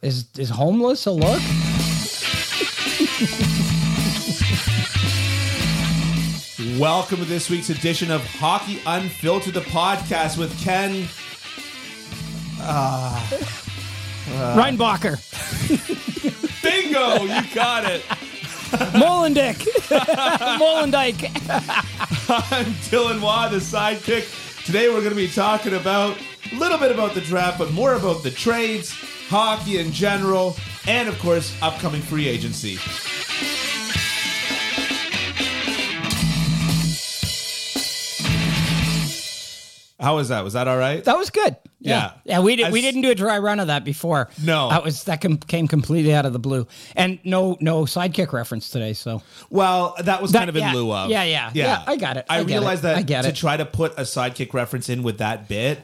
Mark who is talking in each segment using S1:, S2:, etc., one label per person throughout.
S1: Is is homeless a look?
S2: Welcome to this week's edition of Hockey Unfiltered, the podcast with Ken. Uh,
S1: Reinbacher,
S2: Bingo! You got it.
S1: Molendick, Molendike.
S2: I'm Dylan Waugh, the sidekick. Today we're going to be talking about a little bit about the draft, but more about the trades, hockey in general, and of course, upcoming free agency. How was that? Was that all right?
S1: That was good.
S2: Yeah.
S1: yeah. we did.
S2: I
S1: we
S2: s-
S1: didn't do a dry run of that before.
S2: No.
S1: that was that com- came completely out of the blue, and no no sidekick reference today. So
S2: Well, that was
S1: That-
S2: kind of in
S1: yeah.
S2: lieu of.
S1: Yeah, yeah. Yeah, I got it.
S2: I,
S1: I get it.
S2: realized that
S1: I get
S2: to
S1: it.
S2: try to put a sidekick reference in with that bit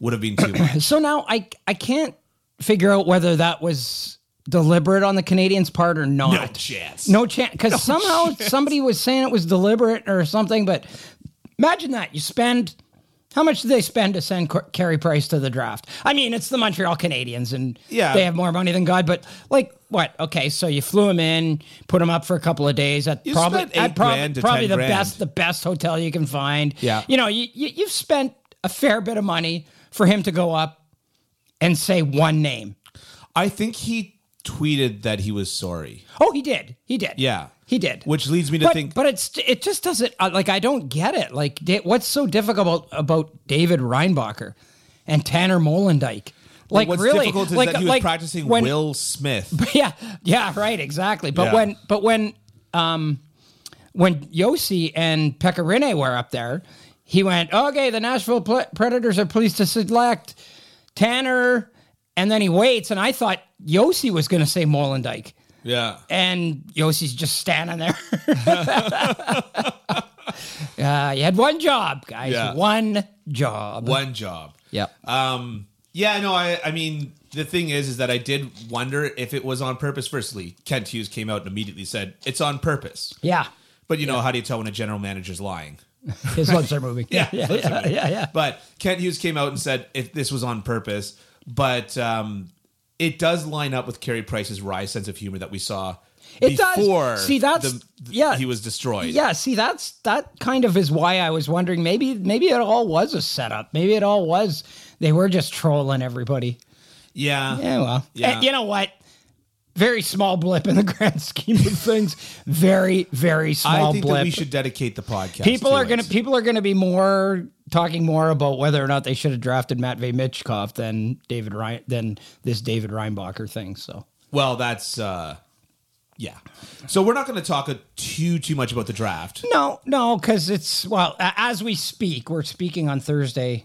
S2: would have been too much.
S1: so now I I can't figure out whether that was deliberate on the Canadians' part or not.
S2: No chance.
S1: No chance. Because somehow somebody was saying it was deliberate or something. But imagine that you spend. How much do they spend to send Car- Carey Price to the draft? I mean, it's the Montreal Canadiens, and
S2: Yeah.
S1: they have more money than God. But like, what? Okay, so you flew him in, put him up for a couple of days. At
S2: You
S1: probably,
S2: spent
S1: at
S2: eight
S1: prob-
S2: grand to
S1: probably
S2: 10
S1: the
S2: grand.
S1: best, the best hotel you can find.
S2: Yeah.
S1: you know, you, you you've spent a fair bit of money for him to go up and say one name.
S2: I think he tweeted that he was sorry,
S1: Oh, he did. He did.
S2: Yeah.
S1: he did.
S2: which leads me to
S1: but,
S2: think
S1: but it's it just doesn't uh, like I don't get it. Like da- what's so difficult about David Reinbacher and Tanner Molendijk? Like
S2: what's
S1: really,
S2: difficult is
S1: like,
S2: that he was
S1: like
S2: practicing
S1: when,
S2: Will Smith.
S1: Yeah, yeah, right, exactly. But
S2: Yeah.
S1: when but when um when Yossi and Pecorine were up there, he went okay. The Nashville Pl- Predators are pleased to select Tanner, and then he waits. And I thought Yossi was going to say Molendijk
S2: Yeah.
S1: and Yossi's just standing there. uh, you had one job, guys.
S2: Yeah.
S1: One job.
S2: One job.
S1: Yep.
S2: Um, yeah, no, I, I mean, the thing is, is that I did wonder if it was on purpose. Firstly, Kent Hughes came out and immediately said, it's on purpose.
S1: yeah,
S2: But you know, how do you tell when a general manager's lying?
S1: his lips are moving.
S2: Yeah,
S1: yeah,
S2: lips are
S1: yeah,
S2: moving.
S1: yeah, yeah.
S2: But Kent Hughes came out and said if this was on purpose, but um, it does line up with Carey Price's wry sense of humor that we saw
S1: It does.
S2: before.
S1: See, that's- yeah.
S2: he was destroyed.
S1: Yeah, see, that's that kind of is why I was wondering. Maybe, maybe it all was a setup. Maybe it all was they were just trolling everybody.
S2: yeah,
S1: Yeah, well,
S2: Yeah.
S1: And you know what? Very small blip in the grand scheme of things. Very, very small
S2: I think
S1: blip.
S2: that we should dedicate the podcast.
S1: People
S2: to
S1: are
S2: it.
S1: gonna people are gonna be more talking more about whether or not they should have drafted Matvey Mitchkov than David Ryan than this David Reinbacher thing. So
S2: Well, that's uh, yeah. So we're not going to talk uh, too too much about the draft.
S1: no, no, because it's well a- as we speak, we're speaking on Thursday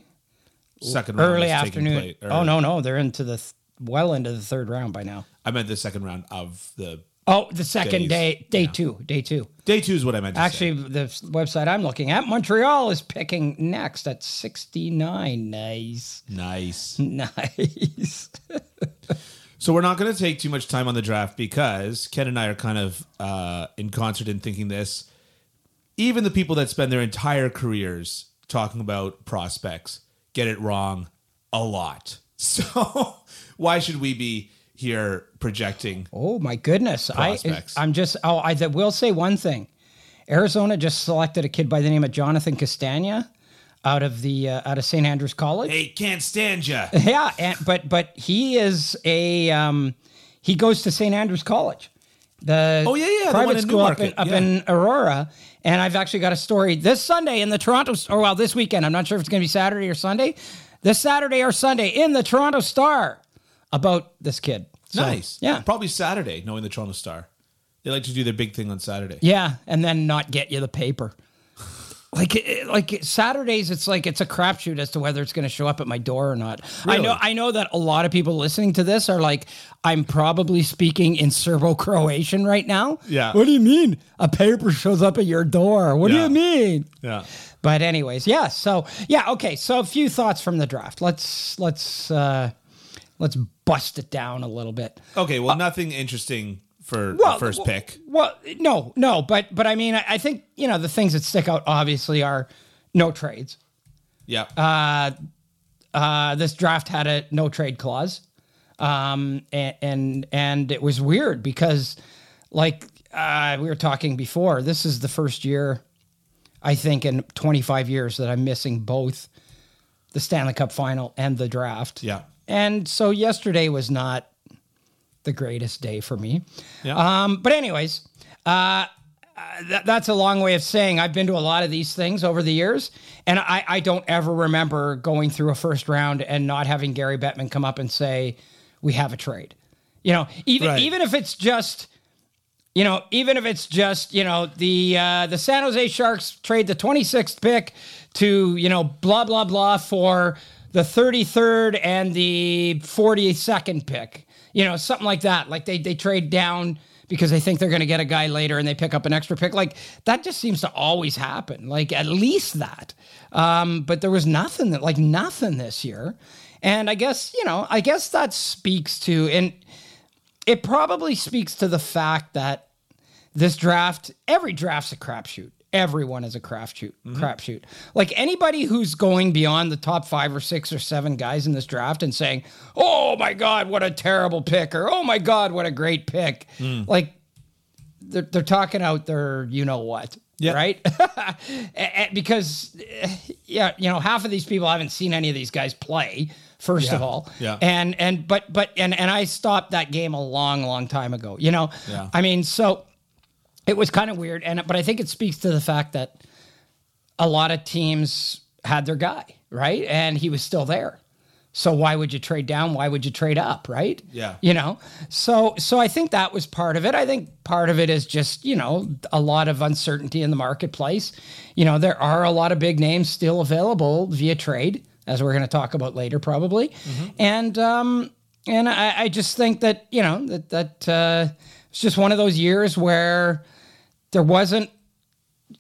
S2: Second round
S1: early
S2: is taking
S1: afternoon.
S2: place- or-
S1: Oh no, no, they're into the th- well into the third round by now.
S2: I meant the second round of the
S1: Oh, the second
S2: Days.
S1: day, day two, day two.
S2: day two is what I meant. To say.
S1: Actually, the s- website I'm looking at, Montreal is picking next at 69. Nice,
S2: nice.
S1: nice.
S2: So we're not going to take too much time on the draft because Ken and I are kind of uh, in concert in thinking this. Even the people that spend their entire careers talking about prospects get it wrong a lot. So why should we be here projecting?
S1: Oh my goodness! I
S2: Prospects.
S1: I'm just oh I th- will say one thing. Arizona just selected a kid by the name of Jonathan Castagna out of the uh, out of St Andrews College.
S2: Hey, can't stand ya.
S1: Yeah, and, but but he is a um, he goes to St Andrews College. The
S2: Oh, yeah, yeah, the
S1: private
S2: one in
S1: school up in,
S2: Newmarket,
S1: up
S2: yeah.
S1: in Aurora, and I've actually got a story this Sunday in the Toronto or well this weekend. I'm not sure if it's going to be Saturday or Sunday. This Saturday or Sunday in the Toronto Star about this kid. So,
S2: Nice.
S1: Yeah.
S2: Probably Saturday, knowing the Toronto Star. They like to do their big thing on Saturday.
S1: Yeah, and then not get you the paper. Like eh, like Saturdays, it's like it's a crapshoot as to whether it's going to show up at my door or not. I know
S2: Really?
S1: I know that a lot of people listening to this are like, I'm probably speaking in Serbo Croatian right now.
S2: Yeah.
S1: What do you mean a paper shows up at your door? What do
S2: Yeah.
S1: you mean?
S2: Yeah.
S1: But anyways, yeah. So yeah, okay. So a few thoughts from the draft. Let's let's uh, let's bust it down a little bit.
S2: Okay, well, nothing interesting for the first
S1: w-
S2: pick.
S1: Uh, Well, no, no, but but I mean, I, I think you know the things that stick out obviously are no trades.
S2: Yeah.
S1: Uh, this draft had a no trade clause. um, and, and and it was weird because, like uh, we were talking before, this is the first year, I think, in 25 years that I'm missing both the Stanley Cup final and the draft.
S2: Yeah.
S1: and so yesterday was not the greatest day for me.
S2: Yeah.
S1: Um, but anyways, uh, that, that's a long way of saying I've been to a lot of these things over the years, and I, I don't ever remember going through a first round and not having Gary Bettman come up and say, "We have a trade." You know, even
S2: Right.
S1: even if it's just. You know, even if it's just you know the uh, the San Jose Sharks trade the 26th pick to you know blah blah blah for the 33rd and the 42nd pick, you know something like that. Like they they trade down because they think they're going to get a guy later and they pick up an extra pick. Like that just seems to always happen. Like at least that. Um, but there was nothing that like nothing this year, and I guess you know I guess that speaks to and it probably speaks to the fact that this draft, every draft's a crapshoot. Everyone is a crapshoot. Crapshoot. Like anybody who's going beyond the top five or six or seven guys in this draft and saying, "Oh my god, what a terrible pick," or "Oh my god, what a great pick," like they're, they're talking out their you know what,
S2: Yeah.
S1: right? A- a- because eh, yeah, you know, half of these people haven't seen any of these guys play. First of
S2: Yeah.
S1: all,
S2: Yeah.
S1: and and but but and and I stopped that game a long long time ago. You know,
S2: Yeah.
S1: I mean, so it was kind of weird, and but I think it speaks to the fact that a lot of teams had their guy right, and he was still there. So why would you trade down? Why would you trade up? Right?
S2: Yeah.
S1: You know. So so I think that was part of it. I think part of it is just you know a lot of uncertainty in the marketplace. You know there are a lot of big names still available via trade, as we're going to talk about later probably, and um and I, I just think that you know that that uh, it's just one of those years where there wasn't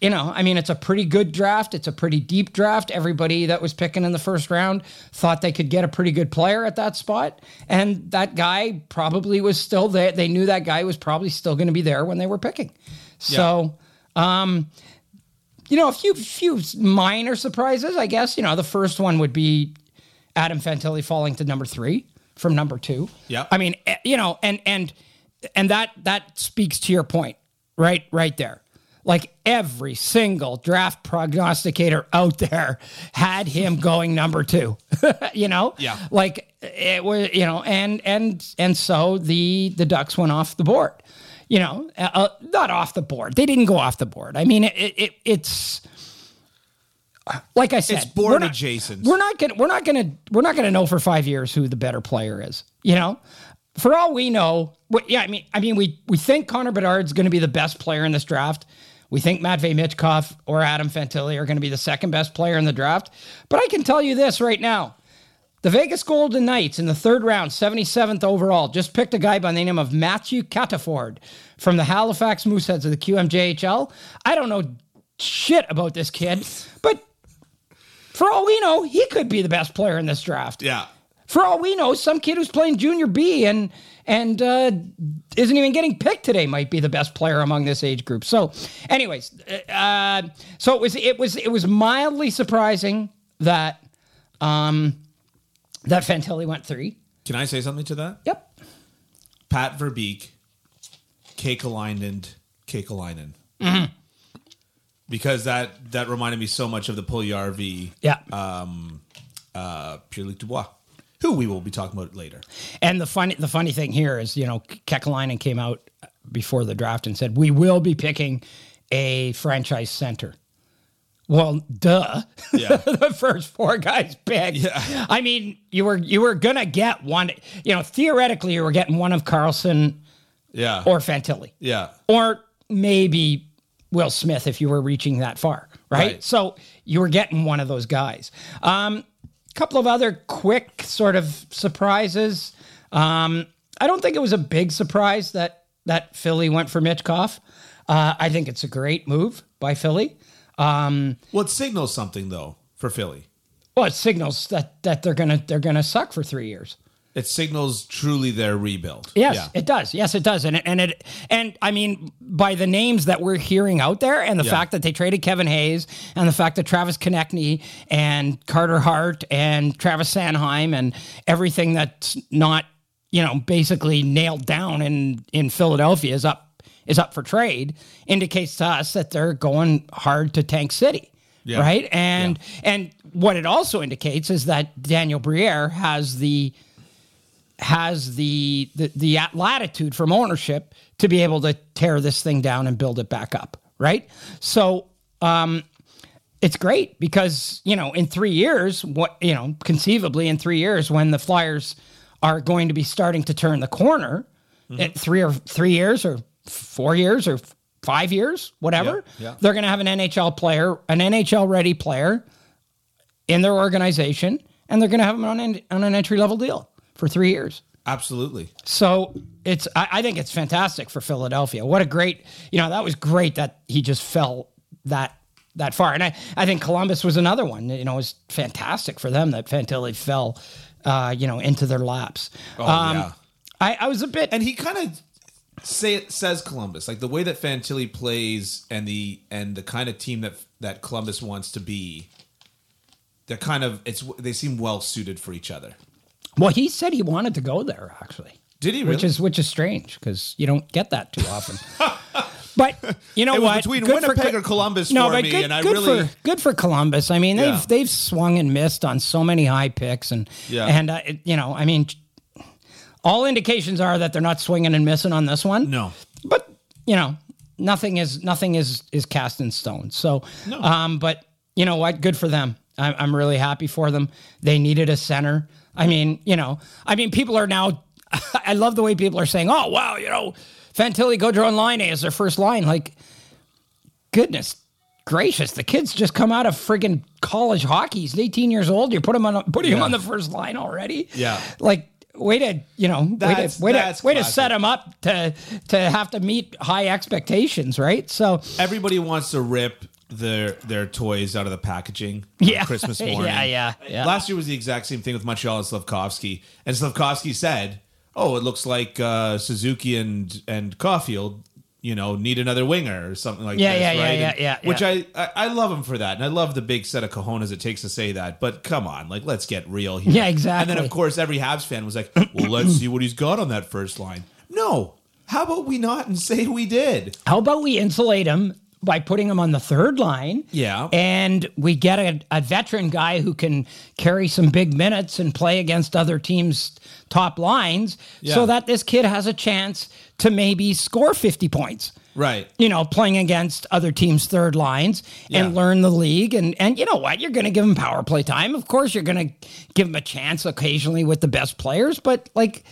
S1: you know, I mean, it's a pretty good draft. It's a pretty deep draft. Everybody that was picking in the first round thought they could get a pretty good player at that spot. And that guy probably was still there. They knew that guy was probably still going to be there when they were picking. So, um, you know, a few, few minor surprises, I guess. You know, the first one would be Adam Fantilli falling to number three from number two.
S2: Yeah.
S1: I mean, eh, you know, and, and, and that, that speaks to your point right, right there like every single draft prognosticator out there had him going number two you know
S2: Yeah.
S1: like it was you know and and and so the the ducks went off the board you know uh, uh, not off the board they didn't go off the board i mean it, it, it it's like i said
S2: It's
S1: we're
S2: born
S1: not-
S2: adjacent.
S1: we're not gonna we're not gonna we're not gonna know for five years who the better player is. You know, for all we know, we, yeah. I mean, I mean, we we think Connor Bedard's gonna be the best player in this draft. We think Matvey Mitchkov or Adam Fantilli are gonna be the second best player in the draft. But I can tell you this right now. The Vegas Golden Knights in the third round, 77th overall, just picked a guy by the name of Matthew Cataford from the Halifax Mooseheads of the QMJHL. I don't know shit about this kid, but for all we know, he could be the best player in this draft.
S2: Yeah.
S1: For all we know, some kid who's playing junior B and and uh, isn't even getting picked today might be the best player among this age group. So, anyways, uh, so it was it was it was mildly surprising that um, that Fantilli went three.
S2: Can I say something to that?
S1: Yep.
S2: Pat Verbeek, Kekalainen, Kekalainen.
S1: Mm-hmm.
S2: Because that that reminded me so much of the Pugliarvi,
S1: Yeah.
S2: uh, Pierre-Luc Dubois, who we will be talking about later.
S1: And the funny the funny thing here is, you know, Kekalainen came out before the draft and said, "We will be picking a franchise center." Well, duh.
S2: Yeah.
S1: the first four guys picked.
S2: Yeah.
S1: I mean, you were you were gonna get one. You know, theoretically, you were getting one of Carlson
S2: Yeah.
S1: or Fantilli,
S2: yeah.
S1: or maybe Will Smith if you were reaching that far, right?
S2: Right.
S1: So you were getting one of those guys. A um, couple of other quick sort of surprises. Um, I don't think it was a big surprise that that Philly went for Mitch Koff. Uh, I think it's a great move by Philly.
S2: Well, it signals something though for Philly.
S1: Well, it signals that that they're gonna they're gonna suck for three years.
S2: It signals truly their rebuild.
S1: Yes,
S2: Yeah.
S1: it does. Yes, it does. And it, and it and I mean by the names that we're hearing out there, and the
S2: Yeah.
S1: fact that they traded Kevin Hayes, and the fact that Travis Konechny and Carter Hart and Travis Sanheim and everything that's not. you know basically nailed down in in Philadelphia is up is up for trade indicates to us that they're going hard to tank city
S2: Yeah.
S1: right and and what it also indicates is that Daniel Briere has the has the, the the latitude from ownership to be able to tear this thing down and build it back up right so um it's great because you know in three years what you know conceivably in three years when the flyers are going to be starting to turn the corner
S2: Mm-hmm.
S1: at three or three years or four years or five years whatever
S2: Yeah, yeah.
S1: they're going to have an nhl player an nhl ready player in their organization and they're going to have them on an, on an entry level deal for three years
S2: Absolutely.
S1: so it's I, I think it's fantastic for Philadelphia. What a great you know that was great that he just fell that that far. And I, I think Columbus was another one. You know, it was fantastic for them that Fantilli fell uh, you know into their laps. Um,
S2: Oh, yeah.
S1: I, I was a bit
S2: and he kind of say says Columbus like the way that Fantilli plays and the and the kind of team that that Columbus wants to be. They're kind of it's they seem well suited for each other.
S1: well he said he wanted to go there actually.
S2: Did he really?
S1: Which is which is strange because you don't get that too often. but you know
S2: it was
S1: what?
S2: between
S1: Good for
S2: Winnipeg
S1: Co-
S2: or Columbus
S1: no,
S2: for
S1: but
S2: me,
S1: good,
S2: and I
S1: good
S2: really
S1: for good for Columbus. I mean, they've
S2: Yeah.
S1: they've swung and missed on so many high picks, and
S2: Yeah.
S1: and uh, it- you know, I mean, all indications are that they're not swinging and missing on this one.
S2: no.
S1: but you know, nothing is nothing is is cast in stone. So,
S2: No.
S1: um, but you know what? Good for them. I'm, I'm really happy for them. They needed a center. I mean, you know, I mean, people are now. I love the way people are saying, "Oh, wow, you know, Fantilli, Gaudreau, and Line is their first line." Like goodness gracious, the kid's just come out of friggin' college hockey. He's 18 years old. You're putting him on putting him
S2: Yeah.
S1: on the first line already.
S2: Yeah.
S1: Like way to you know way
S2: That's-
S1: to way, to,
S2: that's
S1: way to
S2: classic.
S1: set him up to to have to meet high expectations, right? So
S2: Everybody wants to rip their their toys out of the packaging on
S1: yeah,
S2: Christmas morning.
S1: yeah, yeah, yeah.
S2: Last year was the exact same thing with Montreal and Slavkovsky. And Slavkovsky said, "Oh, it looks like uh, Suzuki and and Caulfield, you know, need another winger or something like
S1: Yeah,
S2: this,
S1: yeah, yeah,
S2: right?
S1: yeah,
S2: And-
S1: yeah, yeah.
S2: Which I, I I love him for that, and I love the big set of cojones it takes to say that. But come on, like let's get real here.
S1: Yeah,
S2: And then
S1: exactly.
S2: of course every Habs fan was like, "Well, let's see what he's got on that first line." No, how about we not and say we did?
S1: How about we insulate him by putting him on the third line?
S2: Yeah.
S1: And we get a, a veteran guy who can carry some big minutes and play against other teams' top lines
S2: Yeah.
S1: so that this kid has a chance to maybe score 50 points.
S2: Right.
S1: You know, playing against other teams' third lines and
S2: Yeah.
S1: learn the league, and and you know what, you're going to give him power play time. Of course, you're going to give him a chance occasionally with the best players, but like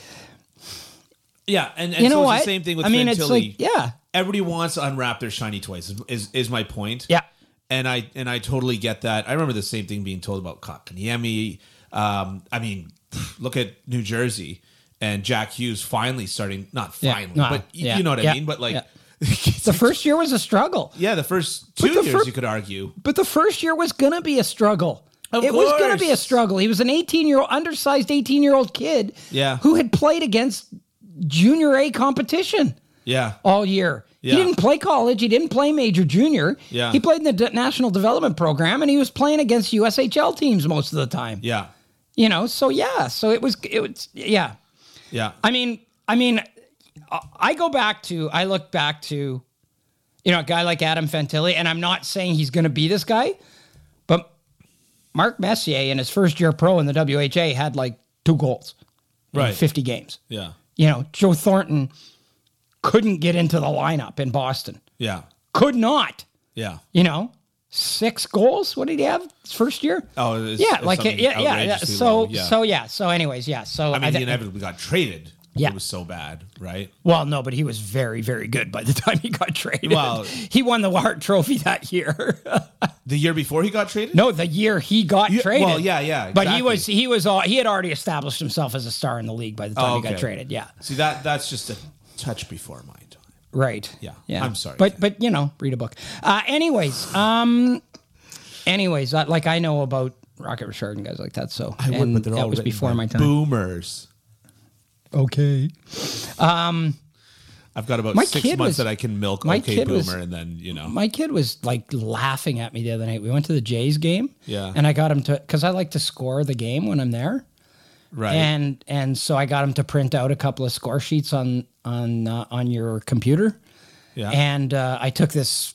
S2: Yeah, and, and
S1: you know
S2: so it's
S1: what,
S2: the same thing with
S1: I mean,
S2: Fantilli.
S1: it's like yeah,
S2: everybody wants to unwrap their shiny toys is, is, is my point
S1: Yeah.
S2: and i and i totally get that i remember the same thing being told about Kotkaniemi. um i mean look at new jersey and jack hughes finally starting not
S1: Yeah.
S2: finally
S1: No,
S2: but y-
S1: yeah,
S2: you know what
S1: yeah,
S2: i mean but like
S1: yeah. the first year was a struggle.
S2: yeah the first two
S1: the
S2: years
S1: fir-
S2: you could argue
S1: But the first year was going to be a struggle.
S2: Of
S1: it was going
S2: course.
S1: to be a struggle. He was an 18 year old, undersized 18 year old kid
S2: Yeah.
S1: who had played against junior A competition
S2: yeah
S1: all year.
S2: Yeah.
S1: He didn't play college. He didn't play major junior.
S2: Yeah.
S1: He played in the d- national development program and he was playing against USHL teams most of the time.
S2: yeah
S1: You know, so yeah. So it was, it was, yeah.
S2: yeah
S1: I mean, I mean, I- I go back to, I look back to, you know, a guy like Adam Fantilli, and I'm not saying he's going to be this guy, but Mark Messier in his first year pro in the WHA had like two goals in
S2: Right.
S1: 50 games.
S2: yeah
S1: You know, Joe Thornton couldn't get into the lineup in Boston,
S2: yeah
S1: could not,
S2: yeah
S1: you know. Six goals? What did he have his first year?
S2: Oh, it's-
S1: yeah,
S2: it's
S1: like
S2: something
S1: yeah, yeah, yeah.
S2: outrageously
S1: So,
S2: low, yeah.
S1: so yeah, so anyways, yeah. So
S2: i mean
S1: thi-
S2: he inevitably got traded
S1: Yeah.
S2: it was so bad right
S1: Well, no, but he was very, very good by the time he got traded.
S2: Well-
S1: he won the Hart Trophy that year.
S2: the year before he got traded
S1: no, the year he got
S2: Yeah,
S1: traded.
S2: well, yeah, yeah,
S1: But he
S2: exactly.
S1: was he was all he had already established himself as a star in the league by the time
S2: Oh,
S1: he
S2: okay.
S1: got traded. Yeah,
S2: see that that's just a touch before my time
S1: right.
S2: Yeah,
S1: yeah.
S2: I'm sorry,
S1: but
S2: Ken.
S1: but you know, read a book. Uh, anyways, um, anyways, uh, like I know about Rocket Richard and guys like that. So
S2: I would,
S1: and
S2: but they're
S1: that
S2: all
S1: was
S2: written
S1: before
S2: by
S1: my time.
S2: Boomers.
S1: Okay.
S2: I've got about
S1: My
S2: six
S1: kid
S2: months
S1: was-
S2: that I can milk.
S1: my
S2: Okay,
S1: kid
S2: boomer,
S1: was-
S2: and then you know.
S1: My kid was like laughing at me the other night. We went to the Jays game.
S2: Yeah.
S1: And I got him to, because I like to score the game when I'm there.
S2: Right.
S1: And and so I got him to print out a couple of score sheets on on uh, on your computer.
S2: Yeah.
S1: And uh, I took this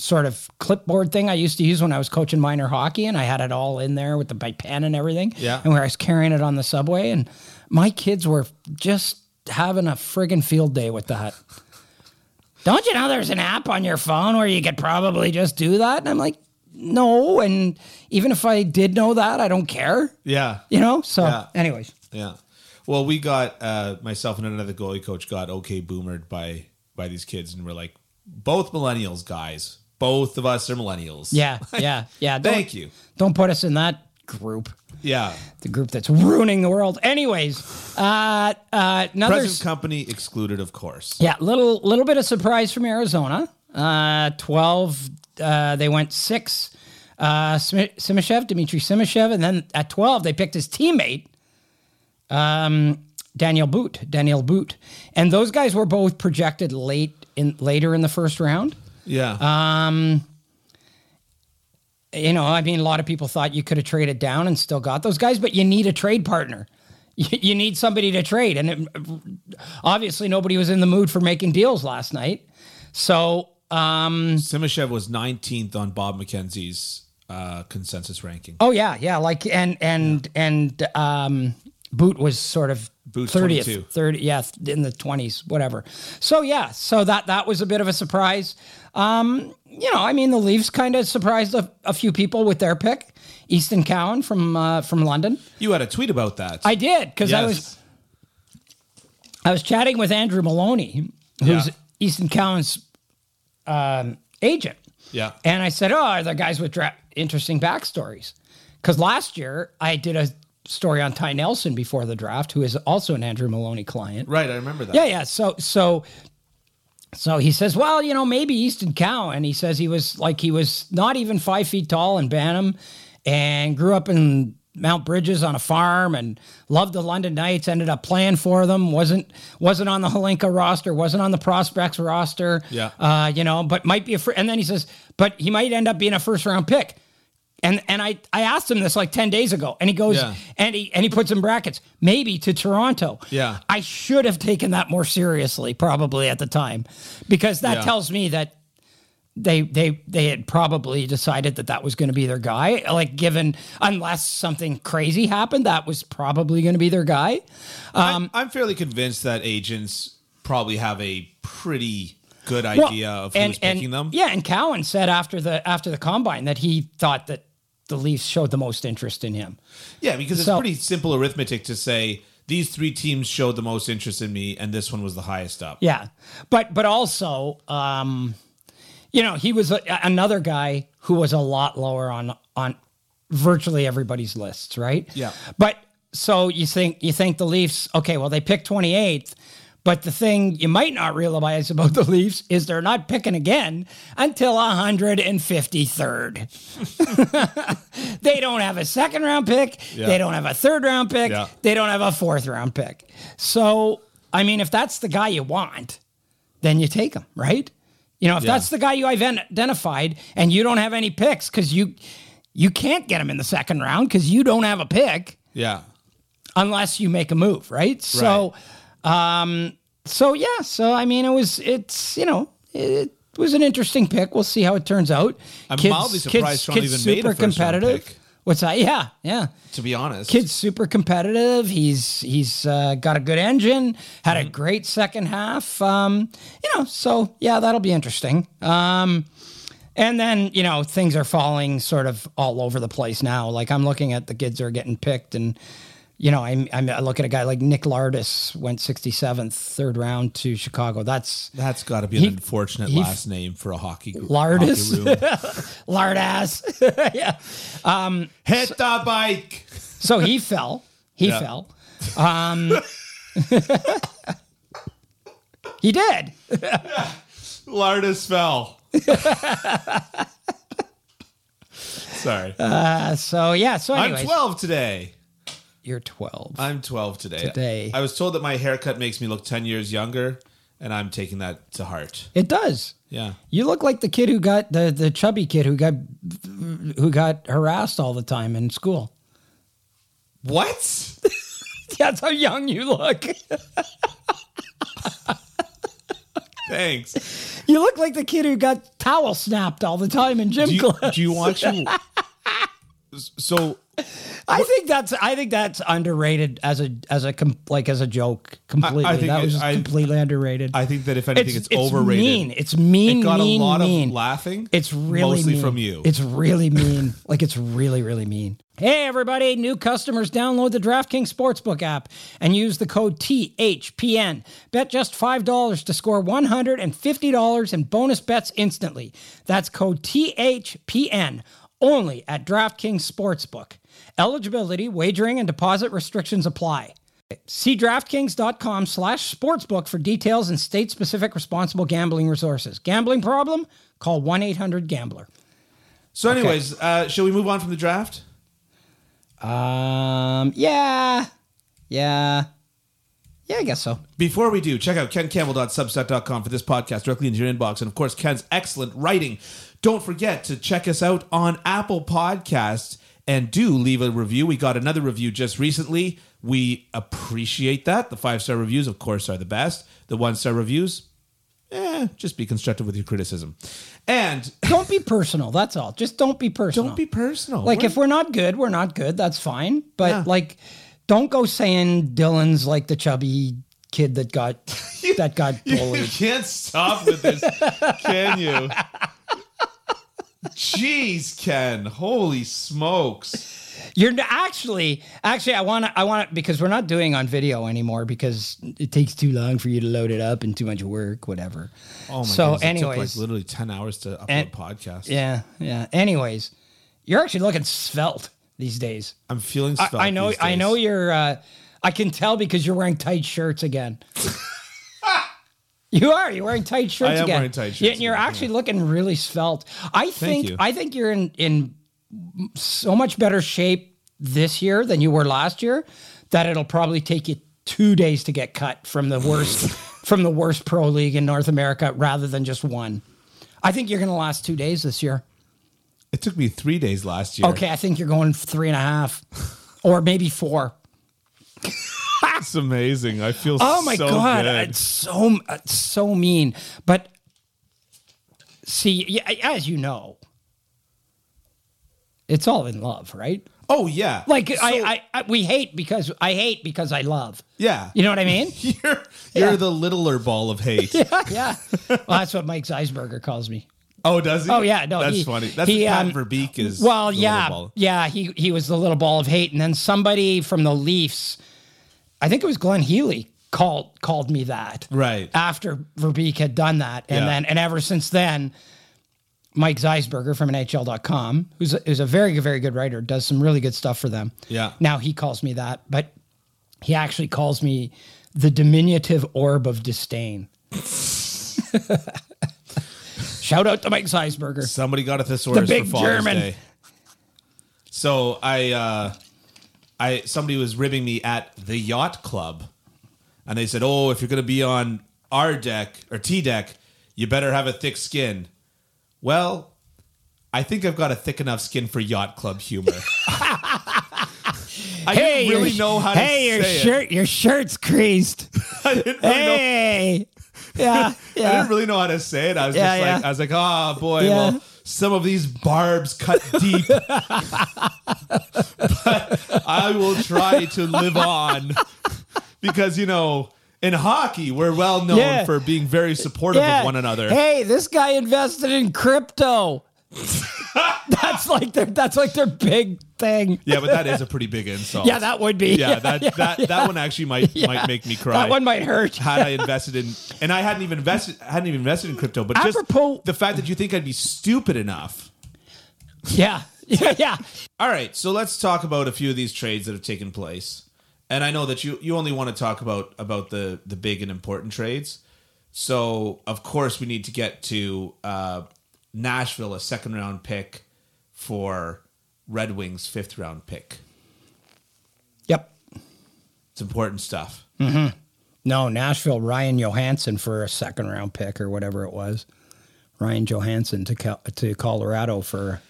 S1: sort of clipboard thing I used to use when I was coaching minor hockey, and I had it all in there with the by pen and everything.
S2: Yeah.
S1: And where I was carrying it on the subway, and my kids were just having a friggin' field day with that. Don't you know there's an app on your phone where you could probably just do that? And I'm like, no. And even if I did know that, I don't care.
S2: yeah.
S1: You know? So,
S2: Yeah.
S1: anyways.
S2: Yeah. Well, we got uh, myself and another goalie coach got okay boomered by by these kids, and we're like, both millennials, guys. Both of us are millennials.
S1: Yeah, yeah, yeah. Don't,
S2: Thank you.
S1: Don't put us in that group.
S2: Yeah.
S1: The group that's ruining the world. Anyways, uh, uh, another
S2: Present company excluded, of course.
S1: yeah, little little bit of surprise from Arizona. Uh, Twelve, uh, they went six. Uh, Simi- Simishev, Dmitry Simishev, and then at twelve they picked his teammate, um, Daniel Boot, Daniel Boot, and those guys were both projected late in later in the first round.
S2: Yeah.
S1: you know, I mean, a lot of people thought you could have traded down and still got those guys, but you need a trade partner. You, you need somebody to trade. And it, obviously, nobody was in the mood for making deals last night. So, um,
S2: Simashev was 19th on Bob McKenzie's uh, consensus ranking.
S1: oh, yeah, yeah. Like, and, and, and, um, Boot was sort of
S2: Boot
S1: 30th,
S2: 22.
S1: 30, yeah, in the 20s, whatever. So, yeah, so that, that was a bit of a surprise. Um, you know, I mean, the Leafs kind of surprised a, a few people with their pick. Easton Cowan from, uh, from London.
S2: You had a tweet about that.
S1: I did because I was I was chatting with Andrew Maloney, who's
S2: Yeah.
S1: Easton Cowan's um, agent,
S2: Yeah.
S1: and I said, "Oh, are there guys with dra- interesting backstories?" Because last year I did a story on Ty Nelson before the draft, who is also an Andrew Maloney client.
S2: right. I remember that.
S1: Yeah, yeah. So, so, so he says, "Well, you know, maybe Easton Cowan." He says he was like he was not even five feet tall in Bantam, and grew up in Mount Bridges on a farm, and loved the London Knights. Ended up playing for them. wasn't wasn't on the Holinka roster. wasn't on the prospects roster.
S2: Yeah.
S1: uh, you know, but might be a. Fr- and then he says, "But he might end up being a first round pick." And and I I asked him this like ten days ago, and he goes
S2: Yeah.
S1: and he and he puts in brackets maybe to Toronto.
S2: Yeah.
S1: I should have taken that more seriously probably at the time because that
S2: Yeah.
S1: tells me that they they they had probably decided that that was going to be their guy like given unless something crazy happened that was probably going to be their guy. um,
S2: I'm, I'm fairly convinced that agents probably have a pretty good idea of who's picking
S1: and,
S2: them.
S1: Yeah, and Cowan said after the after the combine that he thought that the Leafs showed the most interest in him.
S2: Yeah, because it's
S1: So-
S2: pretty simple arithmetic to say these three teams showed the most interest in me, and this one was the highest up.
S1: Yeah, but but also, um, you know, he was a, another guy who was a lot lower on on virtually everybody's lists, right?
S2: Yeah.
S1: But so you think you think the Leafs? Okay, well they picked twenty eighth. But the thing you might not realize about the Leafs is they're not picking again until 153rd. they don't have a second round pick.
S2: Yeah.
S1: They don't have a third round pick.
S2: Yeah.
S1: They don't have a fourth round pick. So, I mean, if that's the guy you want, then you take him, right? You know, if
S2: Yeah.
S1: that's the guy you ident- identified and you don't have any picks because you you can't get him in the second round because you don't have a pick
S2: Yeah.
S1: unless you make a move, right? So, um, so yeah, so I mean, it was it's you know it. was an interesting pick. We'll see how it turns out.
S2: I'm mildly surprised Toronto even made a first-round pick.
S1: What's that? Yeah, yeah
S2: To be honest,
S1: kid's super competitive. He's he's uh, got a good engine. Had a great second half. Um, you know, so yeah, that'll be interesting. Um, and then you know things are falling sort of all over the place now. Like I'm looking at the kids that are getting picked, and you know I'm, I'm I look at a guy like Nick Lardis went 67th, third round to Chicago. That's
S2: that's got to be an unfortunate last name for a hockey group.
S1: Lardis.
S2: Hockey room.
S1: lard ass. yeah.
S2: Hit the bike.
S1: So he fell. He
S2: Yeah.
S1: fell. Um, he did.
S2: Lardis fell. Sorry.
S1: Uh, so yeah. So anyways,
S2: I'm 12 today.
S1: you're 12.
S2: I'm 12 today.
S1: Today.
S2: I was told that my haircut makes me look 10 years younger, and I'm taking that to heart.
S1: it does.
S2: Yeah.
S1: You look like the kid who got the the chubby kid who got who got harassed all the time in school.
S2: What?
S1: That's how young you look.
S2: Thanks.
S1: You look like the kid who got towel snapped all the time in gym
S2: Do you,
S1: class.
S2: do you actually? So
S1: I think that's I think that's underrated as a as a com- like as a joke completely.
S2: I think
S1: that was
S2: it- I-
S1: completely underrated.
S2: I think that if anything, it's, overrated.
S1: Mean. It's mean.
S2: It got
S1: mean,
S2: a lot
S1: mean.
S2: of laughing.
S1: It's really
S2: mostly
S1: mean.
S2: from you.
S1: It's really mean. like it's really, really mean. Hey everybody, new customers download the DraftKings Sportsbook app and use the code THPN. Bet just $5 to score $150 in bonus bets instantly. That's code THPN only at DraftKings Sportsbook. Eligibility, wagering, and deposit restrictions apply. See DraftKings.com slash sportsbook for details and state specific responsible gambling resources. Gambling problem? Call 1 800 Gambler.
S2: so, anyways, uh, shall we move on from the draft?
S1: Um, yeah. Yeah. Yeah, I guess so.
S2: Before we do, check out kencampbell.substack.com for this podcast directly into your inbox. And of course, Ken's excellent writing. Don't forget to check us out on Apple Podcasts and do leave a review. We got another review just recently. We appreciate that. The five star reviews, of course, are the best. The one star reviews, eh, just be constructive with your criticism. And
S1: Don't be personal. That's all. Just don't be personal.
S2: don't be personal.
S1: Like,
S2: We're-
S1: if we're not good, we're not good. That's fine. But,
S2: Yeah.
S1: like, don't go saying Dylan's like the chubby kid that got that got
S2: You
S1: bullied.
S2: can't stop with this, can you? Jeez, Ken. Holy smokes.
S1: You're n- actually, actually, I want to, I want to, because we're not doing on video anymore because it takes too long for you to load it up and too much work, whatever.
S2: Oh my
S1: So,
S2: goodness, it took like
S1: anyways.
S2: literally 10 hours to upload
S1: And-
S2: podcasts.
S1: Yeah, yeah. Anyways, you're actually looking svelte these days.
S2: I'm feeling
S1: I,
S2: svelte
S1: I know,
S2: these
S1: I know
S2: days.
S1: you're. Uh, I can tell because you're wearing tight shirts again. you are. You're wearing tight shirts.
S2: am
S1: again.
S2: wearing tight shirts
S1: Yeah, and you're
S2: again,
S1: actually looking really svelte. I think.
S2: you.
S1: I think you're in in so much better shape this year than you were last year that it'll probably take you two days to get cut from the worst from the worst pro league in North America rather than just one. I think you're going to last two days this year.
S2: It took me three days last year.
S1: Okay, I think you're going three and a half, or maybe four.
S2: It's amazing. I feel
S1: Oh my
S2: so
S1: god,
S2: good.
S1: it's so it's so mean. But see, yeah, as you know, it's all in love, right?
S2: Oh, yeah.
S1: Like
S2: So-
S1: I, I, I, we hate because I hate because I love.
S2: Yeah.
S1: You know what I mean?
S2: You're, you're
S1: Yeah.
S2: the littler ball of hate.
S1: yeah. Well, that's what Mike Zeisberger calls me.
S2: Oh, does he?
S1: Oh yeah, no,
S2: That's
S1: he-
S2: funny. That's
S1: he,
S2: what Pat
S1: um,
S2: Verbeek is.
S1: Well,
S2: the little
S1: yeah,
S2: ball.
S1: yeah. He he was the little ball of hate, and then somebody from the Leafs, I think it was Glenn Healy, called called me that.
S2: Right.
S1: after Verbeek had done that, and
S2: Yeah.
S1: then and ever since then, Mike Zeisberger from NHL.com, who's a, who's a very very good writer, does some really good stuff for them.
S2: Yeah.
S1: Now he calls me that, but he actually calls me the diminutive orb of disdain. Shout out to Mike Zeisberger.
S2: Somebody got a thesaurus
S1: The big
S2: for Father's
S1: German.
S2: Day. So I, uh, I somebody was ribbing me at the yacht club, and they said, "Oh, if you're going to be on our deck or T deck, you better have a thick skin." Well, I think I've got a thick enough skin for yacht club humor. I didn't really
S1: your-
S2: know how to
S1: hey, your
S2: say it.
S1: shirt, your shirt's creased.
S2: I didn't really know
S1: hey, yeah,
S2: I
S1: yeah.
S2: didn't really know how to say it. I was
S1: Yeah,
S2: just like,
S1: yeah.
S2: I was like, oh boy,
S1: Yeah.
S2: well, some of these barbs cut deep. but I will try to live on because, you know, in hockey, we're well known
S1: Yeah.
S2: for being very supportive
S1: Yeah.
S2: of one another.
S1: Hey, this guy invested in crypto. that's like their that's like their big thing.
S2: Yeah, but that is a pretty big insult.
S1: Yeah, that would be.
S2: yeah, that that that one actually might might make me cry.
S1: That one might hurt.
S2: had I invested in, and I hadn't even invested, hadn't even invested in crypto, but just
S1: Apropos-
S2: the fact that you think I'd be stupid enough
S1: Yeah. Yeah, yeah.
S2: All right, so let's talk about a few of these trades that have taken place. And I know that you you only want to talk about about the the big and important trades. So of course we need to get to uh, Nashville, a second round pick for Red Wings' fifth round pick.
S1: Yep.
S2: It's important stuff.
S1: No, Nashville Ryan Johansson for a second round pick or whatever it was. Ryan Johansson to Cal- to Colorado for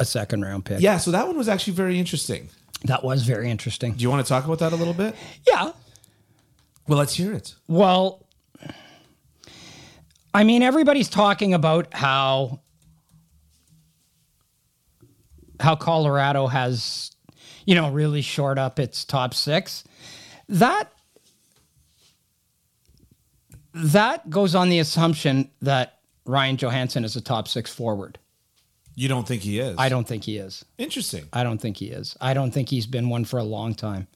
S1: a second round pick.
S2: Yeah, so that one was actually very interesting.
S1: That was very interesting.
S2: Do you want to talk about that a little bit?
S1: Yeah.
S2: Well, let's hear it.
S1: Well, I mean, everybody's talking about how how Colorado has, you know, really short up its top six. That that goes on the assumption that Ryan Johansson is a top six forward.
S2: You don't think he is?
S1: I don't think he is.
S2: Interesting.
S1: I don't think he is. I don't think he's been one for a long time.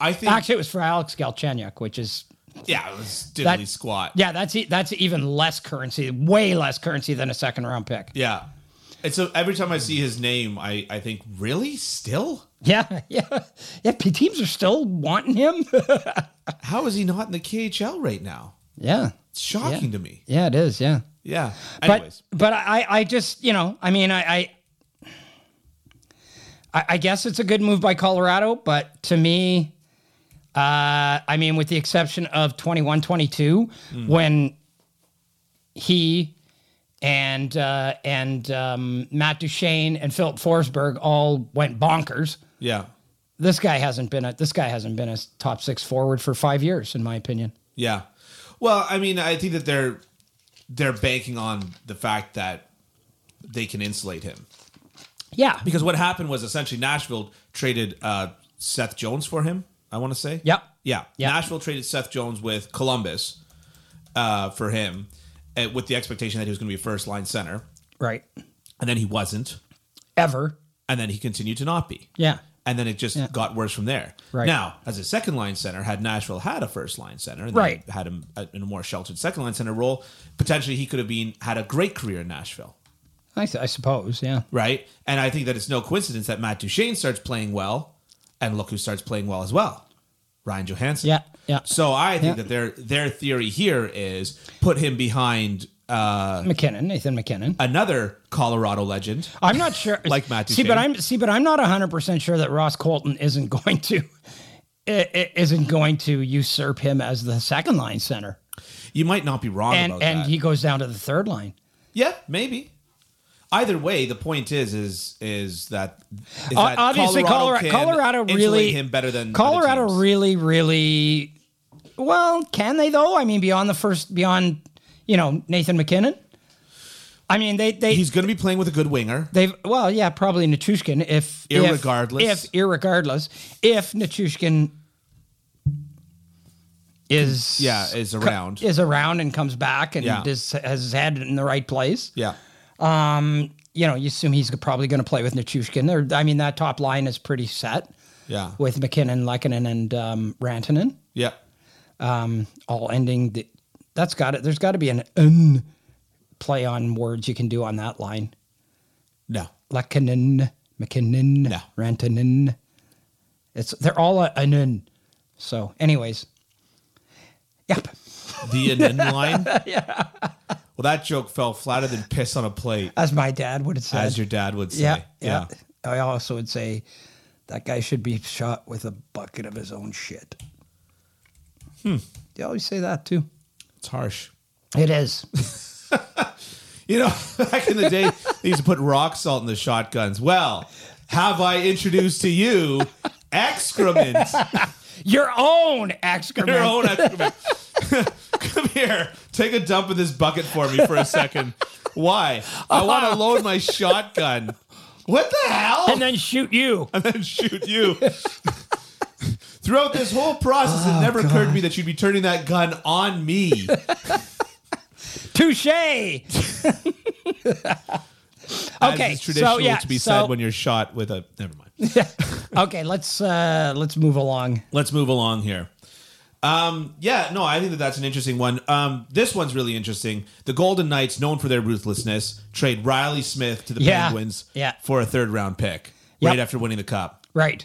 S2: I think.
S1: Actually, it was for Alex Galchenyuk, which is
S2: yeah, it was diddly
S1: That-
S2: squat.
S1: yeah, that's e- that's even less currency, way less currency than a second round pick.
S2: Yeah. And so every time I see his name, I, I think, really? Still?
S1: Yeah, yeah, yeah. p- Teams are still wanting him.
S2: How is he not in the KHL right now?
S1: yeah,
S2: It's shocking to me.
S1: yeah, it is. Yeah,
S2: Yeah. Anyways,
S1: but but I I just you know I mean I. I I I guess it's a good move by Colorado, but to me, uh, I mean, with the exception of 21 22, when he and uh, and um, Matt Duchene and Philip Forsberg all went bonkers,
S2: yeah.
S1: this guy hasn't been a this guy hasn't been a top six forward for five years, in my opinion.
S2: Yeah. Well, I mean, I think that they're they're banking on the fact that they can insulate him.
S1: Yeah.
S2: Because what happened was essentially Nashville traded uh, Seth Jones for him, I want to say.
S1: Yep.
S2: Yeah.
S1: Yeah.
S2: Nashville traded Seth Jones with Columbus uh, for him uh, with the expectation that he was going to be first line center.
S1: Right.
S2: And then he wasn't.
S1: Ever.
S2: And then he continued to not be.
S1: Yeah.
S2: And then it just got worse from there.
S1: Right.
S2: Now, as a second line center, had Nashville had a first line center, and
S1: Right.
S2: then had him at- in a more sheltered second line center role, potentially he could have been had a great career in Nashville,
S1: I, s- I suppose. Yeah.
S2: right? And I think that it's no coincidence that Matt Duchene starts playing well, and look who starts playing well as well, Ryan Johansson.
S1: Yeah. Yeah.
S2: So I think
S1: Yeah.
S2: that their their theory here is put him behind uh,
S1: McKinnon, Nathan McKinnon.
S2: another Colorado legend.
S1: I'm not sure.
S2: Like Matt
S1: See, but
S2: Duchene.
S1: I'm see, but I'm not 100 percent sure that Ross Colton isn't going to i- i- isn't going to usurp him as the second line center,
S2: You might not be wrong
S1: and
S2: about
S1: and
S2: that.
S1: he goes down to the third line.
S2: Yeah, maybe. Either way, the point is is is that, is
S1: O-
S2: that
S1: obviously Colorado
S2: can
S1: Colorado,
S2: insulate
S1: really
S2: him better than other
S1: Colorado
S2: teams.
S1: really really well can they though I mean beyond the first beyond you know Nathan McKinnon I mean they they
S2: He's going to be playing with a good winger.
S1: they've well yeah probably Nichushkin if if-
S2: Irregardless.
S1: if, irregardless if Nichushkin is
S2: Yeah, is around.
S1: is around and comes back and
S2: Yeah.
S1: is, has his head in the right place
S2: yeah,
S1: you know, you assume he's probably going to play with Nichushkin. They're- I mean, that top line is pretty set
S2: yeah,
S1: with McKinnon, Lekanen, and um, Rantanen,
S2: yeah.
S1: all ending. The, that's got it. There's got to be an un play on words you can do on that line.
S2: No,
S1: Lekanen, McKinnon,
S2: No.
S1: Rantanen. It's they're all a, an un. So, anyways, yep.
S2: the and line. yeah. Well, that joke fell flatter than piss on a plate,
S1: As my dad would have said.
S2: as your dad would say.
S1: yeah, yeah, I also would say that guy should be shot with a bucket of his own shit. Hmm.
S2: Hmm.
S1: They always say that too.
S2: It's harsh.
S1: It is.
S2: You know, back in the day, they used to put rock salt in the shotguns. Well, have I introduced to you excrement?
S1: Your own excrement.
S2: your own excrement. Come here, take a dump in this bucket for me for a second. Why? I want to load my shotgun. What the hell?
S1: and then shoot you.
S2: then shoot you. Throughout this whole process,
S1: Oh,
S2: it never occurred to me that you'd be turning that gun on me.
S1: Touche. okay.
S2: As is traditional
S1: so yeah.
S2: to be
S1: so-
S2: said when you're shot with a. Never mind.
S1: okay, let's uh let's move along.
S2: let's move along here. Um, yeah, no, I think that that's an interesting one. Um, this one's really interesting. The Golden Knights, known for their ruthlessness, trade Riley Smith to the
S1: Yeah,
S2: Penguins
S1: yeah.
S2: for a third round pick
S1: Yep.
S2: right after winning the cup.
S1: Right.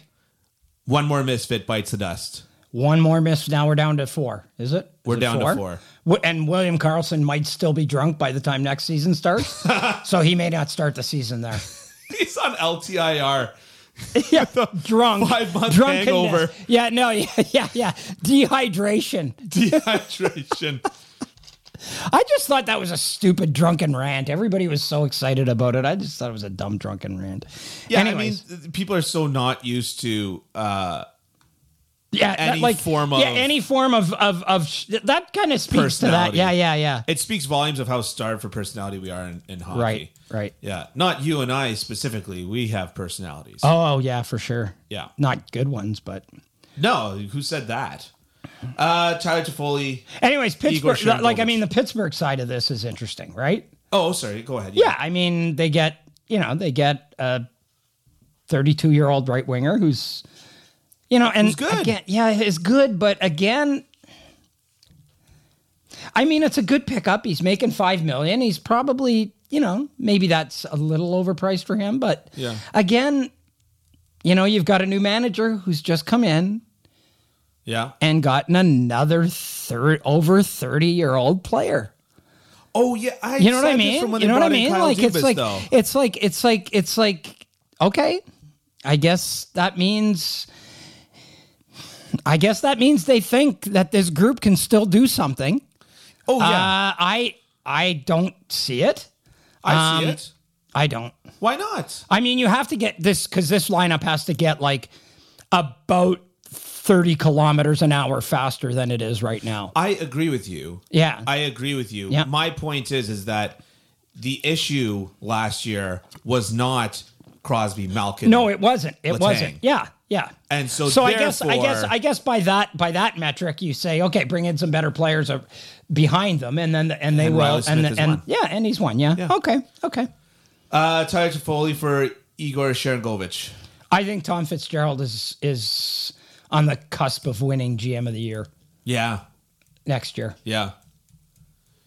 S2: One more misfit bites the dust.
S1: One more miss. Now we're down to four. Is it? Is
S2: We're
S1: it
S2: down to four.
S1: W- And William Carlson might still be drunk by the time next season starts, so he may not start the season there.
S2: He's on LTIR.
S1: yeah, drunk,
S2: five-month
S1: drunkenness.
S2: hangover.
S1: Yeah, no, yeah, yeah, yeah. Dehydration.
S2: Dehydration.
S1: I just thought that was a stupid drunken rant. Everybody was so excited about it. I just thought it was a dumb drunken rant.
S2: Yeah,
S1: Anyways,
S2: I mean, th- people are so not used to. Uh,
S1: yeah, that,
S2: any
S1: like
S2: form
S1: yeah,
S2: of-
S1: any form of of of sh- that kind of speaks to that.
S2: Personality.
S1: Yeah, yeah, yeah.
S2: it speaks volumes of how starved for personality we are in, in hockey.
S1: Right, right.
S2: Yeah, not you and I specifically. We have personalities.
S1: Oh yeah, for sure.
S2: Yeah.
S1: not good ones, but
S2: No, who said that? Uh, Tyler Toffoli.
S1: anyways, Pittsburgh.
S2: Sharon
S1: Like I
S2: Gomes.
S1: mean, the Pittsburgh side of this is interesting, right?
S2: Oh, sorry. Go ahead.
S1: Yeah, I mean, they get you know they get a thirty-two-year-old right winger who's you know and
S2: Who's good.
S1: again, yeah, is good, but again. I mean, it's a good pickup. He's making five million. He's probably, you know, maybe that's a little overpriced for him. But
S2: Yeah.
S1: again, you know, you've got a new manager who's just come in
S2: Yeah.
S1: and gotten another third over thirty year old player.
S2: Oh yeah. I
S1: You know what
S2: said
S1: I
S2: this
S1: mean?
S2: From when
S1: You
S2: they
S1: know what I
S2: brought in
S1: mean?
S2: Kyle
S1: Like it's
S2: Dubas,
S1: like
S2: though.
S1: it's like it's like it's like okay. I guess that means I guess that means they think that this group can still do something.
S2: Oh
S1: Uh,
S2: yeah.
S1: I I don't see it.
S2: I see
S1: um,
S2: it.
S1: I don't.
S2: Why not?
S1: I mean, you have to get this because this lineup has to get like about thirty kilometers an hour faster than it is right now.
S2: I agree with you.
S1: Yeah.
S2: I agree with you.
S1: Yeah.
S2: My point is is that the issue last year was not Crosby Malkin.
S1: No, it wasn't. It
S2: Letang.
S1: wasn't. Yeah, yeah.
S2: And so
S1: so I guess, I guess,
S2: therefore-
S1: I guess by that by that metric, you say, okay, bring in some better players uh, behind them, and then and they
S2: And Riley
S1: will,
S2: Smith
S1: and
S2: is
S1: and
S2: one.
S1: yeah, and he's one. Yeah.
S2: Yeah.
S1: Okay. Okay.
S2: uh Tyler Toffoli for Igor Sharangovich.
S1: I think Tom Fitzgerald is is on the cusp of winning GM of the year
S2: Yeah.
S1: next year.
S2: Yeah.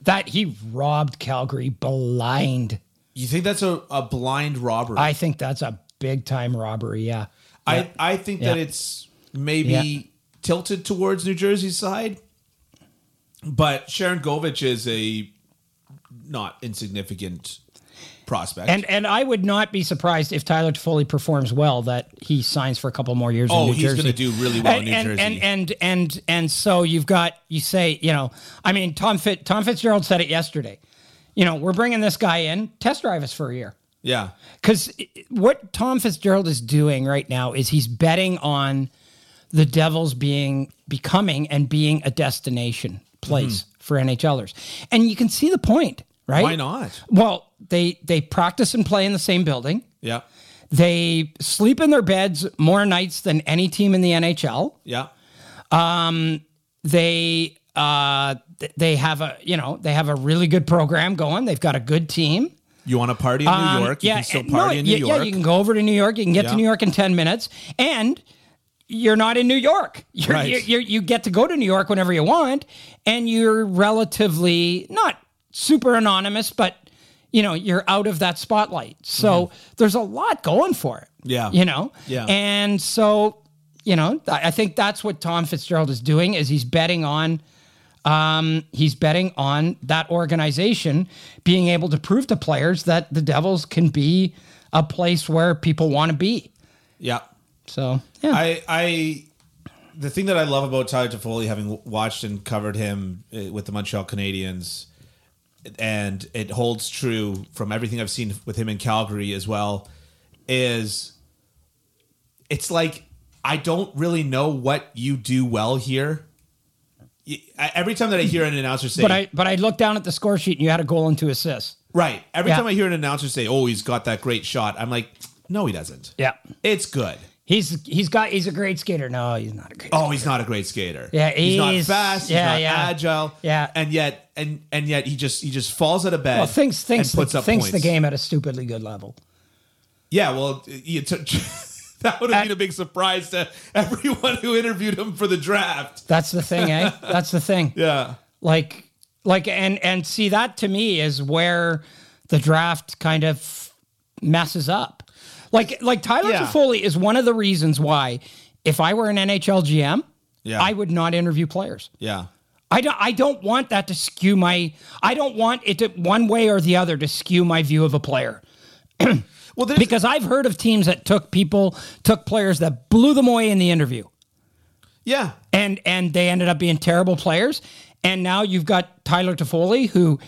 S1: That he robbed Calgary blind.
S2: You think that's a, a blind robbery?
S1: I think that's a big time robbery. Yeah.
S2: I, I think that it's maybe
S1: Yeah.
S2: tilted towards New Jersey's side, but Sharon Govich is a not insignificant prospect.
S1: And and I would not be surprised if Tyler Toffoli performs well that he signs for a couple more years.
S2: oh,
S1: in New
S2: he's
S1: Jersey.
S2: going to do really well
S1: and,
S2: in Oh, New
S1: and,
S2: Jersey.
S1: And, and and and so you've got you say you know I mean Tom Fit Tom Fitzgerald said it yesterday. You know we're bringing this guy in test drive us for a year
S2: yeah,
S1: because what Tom Fitzgerald is doing right now is he's betting on the Devils being becoming and being a destination place for NHLers, and you can see the point, right?
S2: Mm-hmm. why not?
S1: Well, they they practice and play in the same building.
S2: Yeah,
S1: They sleep in their beds more nights than any team in the NHL
S2: yeah,
S1: they uh th- they have a you know they have a really good program going they've got a good team
S2: you want to party in New York? You
S1: Um, yeah
S2: can still
S1: and- no,
S2: party in New
S1: yeah,
S2: York.
S1: yeah you can go over to new york you can get
S2: Yeah.
S1: to new york in 10 minutes and you're not in new york you're,
S2: Right.
S1: you're, you're, you get to go to new york whenever you want and you're relatively not super anonymous but you know you're out of that spotlight so there's a lot going for it
S2: Mm-hmm. Yeah.
S1: you know
S2: Yeah.
S1: and so you know th- i think that's what tom fitzgerald is doing is he's betting on um, he's betting on that organization being able to prove to players that the devils can be a place where people want to be
S2: yeah,
S1: so yeah
S2: I, I, the thing that I love about Tyler Toffoli, having w- watched and covered him uh, with the Montreal Canadiens, and it holds true from everything I've seen with him in Calgary as well, is it's like I don't really know what you do well here. Y- I- Every time that I hear an announcer say,
S1: but i but i looked down at the score sheet and you had a goal and two assists
S2: right, every
S1: Yeah.
S2: time I hear an announcer say, oh, he's got that great shot, I'm like, no, he doesn't.
S1: yeah
S2: It's good.
S1: he's he's got he's a great skater no he's not a great
S2: Oh, he's not a great skater.
S1: Yeah,
S2: not
S1: he's-
S2: fast.
S1: yeah,
S2: he's not
S1: yeah.
S2: agile.
S1: Yeah.
S2: and yet, and and yet, he just he just falls out of bed.
S1: well, thinks thinks
S2: and puts
S1: the,
S2: up
S1: thinks
S2: points.
S1: the game at a stupidly good level
S2: Yeah, well, you t- that would have been a big surprise to everyone who interviewed him for the draft.
S1: that's the thing eh that's the thing
S2: Yeah,
S1: like like and and see that to me is where the draft kind of messes up like like tyler
S2: Yeah.
S1: Toffoli is one of the reasons why if i were an nhl gm
S2: Yeah.
S1: i would not interview players
S2: yeah,
S1: I don't, I don't want that to skew my i don't want it to one way or the other to skew my view of a player
S2: well, there's,
S1: because i've heard of teams that took people took players that blew them away in the interview
S2: yeah,
S1: and and they ended up being terrible players. And now you've got Tyler Toffoli, who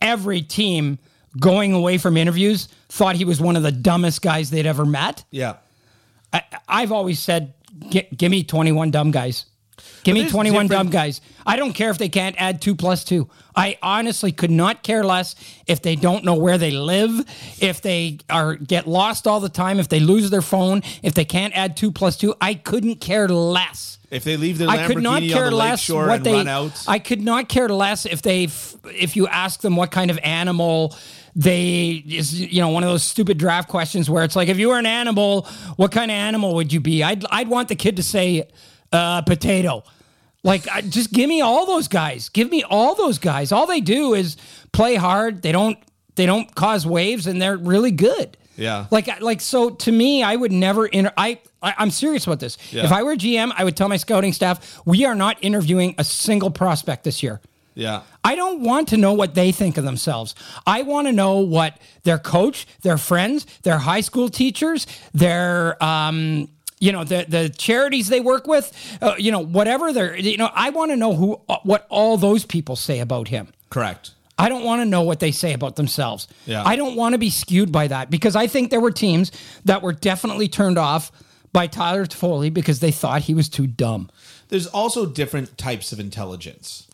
S1: every team going away from interviews thought he was one of the dumbest guys they'd ever met.
S2: Yeah.
S1: I, I've always said, "Gi- give me 21 dumb guys. Give me
S2: there's
S1: 21 dumb
S2: different-
S1: guys. I don't care if they can't add two plus two. I honestly could not care less if they don't know where they live, if they are get lost all the time, if they lose their phone, if they can't add two plus two. I couldn't care less.
S2: If they leave their Lamborghini
S1: I could not
S2: on
S1: care
S2: the lake
S1: less
S2: shore
S1: what
S2: and
S1: they.
S2: run out,
S1: I could not care less if they, f- if you ask them what kind of animal they is, you know, one of those stupid draft questions where it's like, if you were an animal, what kind of animal would you be? I'd, I'd want the kid to say, uh, potato. Like, I, just give me all those guys. Give me all those guys. All they do is play hard. They don't, they don't cause waves, and they're really good.
S2: Yeah.
S1: Like, I- like so to me, I would never. Inter- I, I I'm serious about this.
S2: Yeah.
S1: If I were GM, I would tell my scouting staff, we are not interviewing a single prospect this year.
S2: yeah,
S1: I don't want to know what they think of themselves. I want to know what their coach, their friends, their high school teachers, their um, you know the the charities they work with, uh, you know whatever they're you know I want to know who uh, what all those people say about him.
S2: correct.
S1: I don't want to know what they say about themselves.
S2: Yeah.
S1: I don't want to be skewed by that because I think there were teams that were definitely turned off by Tyler Toffoli because they thought he was too dumb.
S2: There's also different types of intelligence,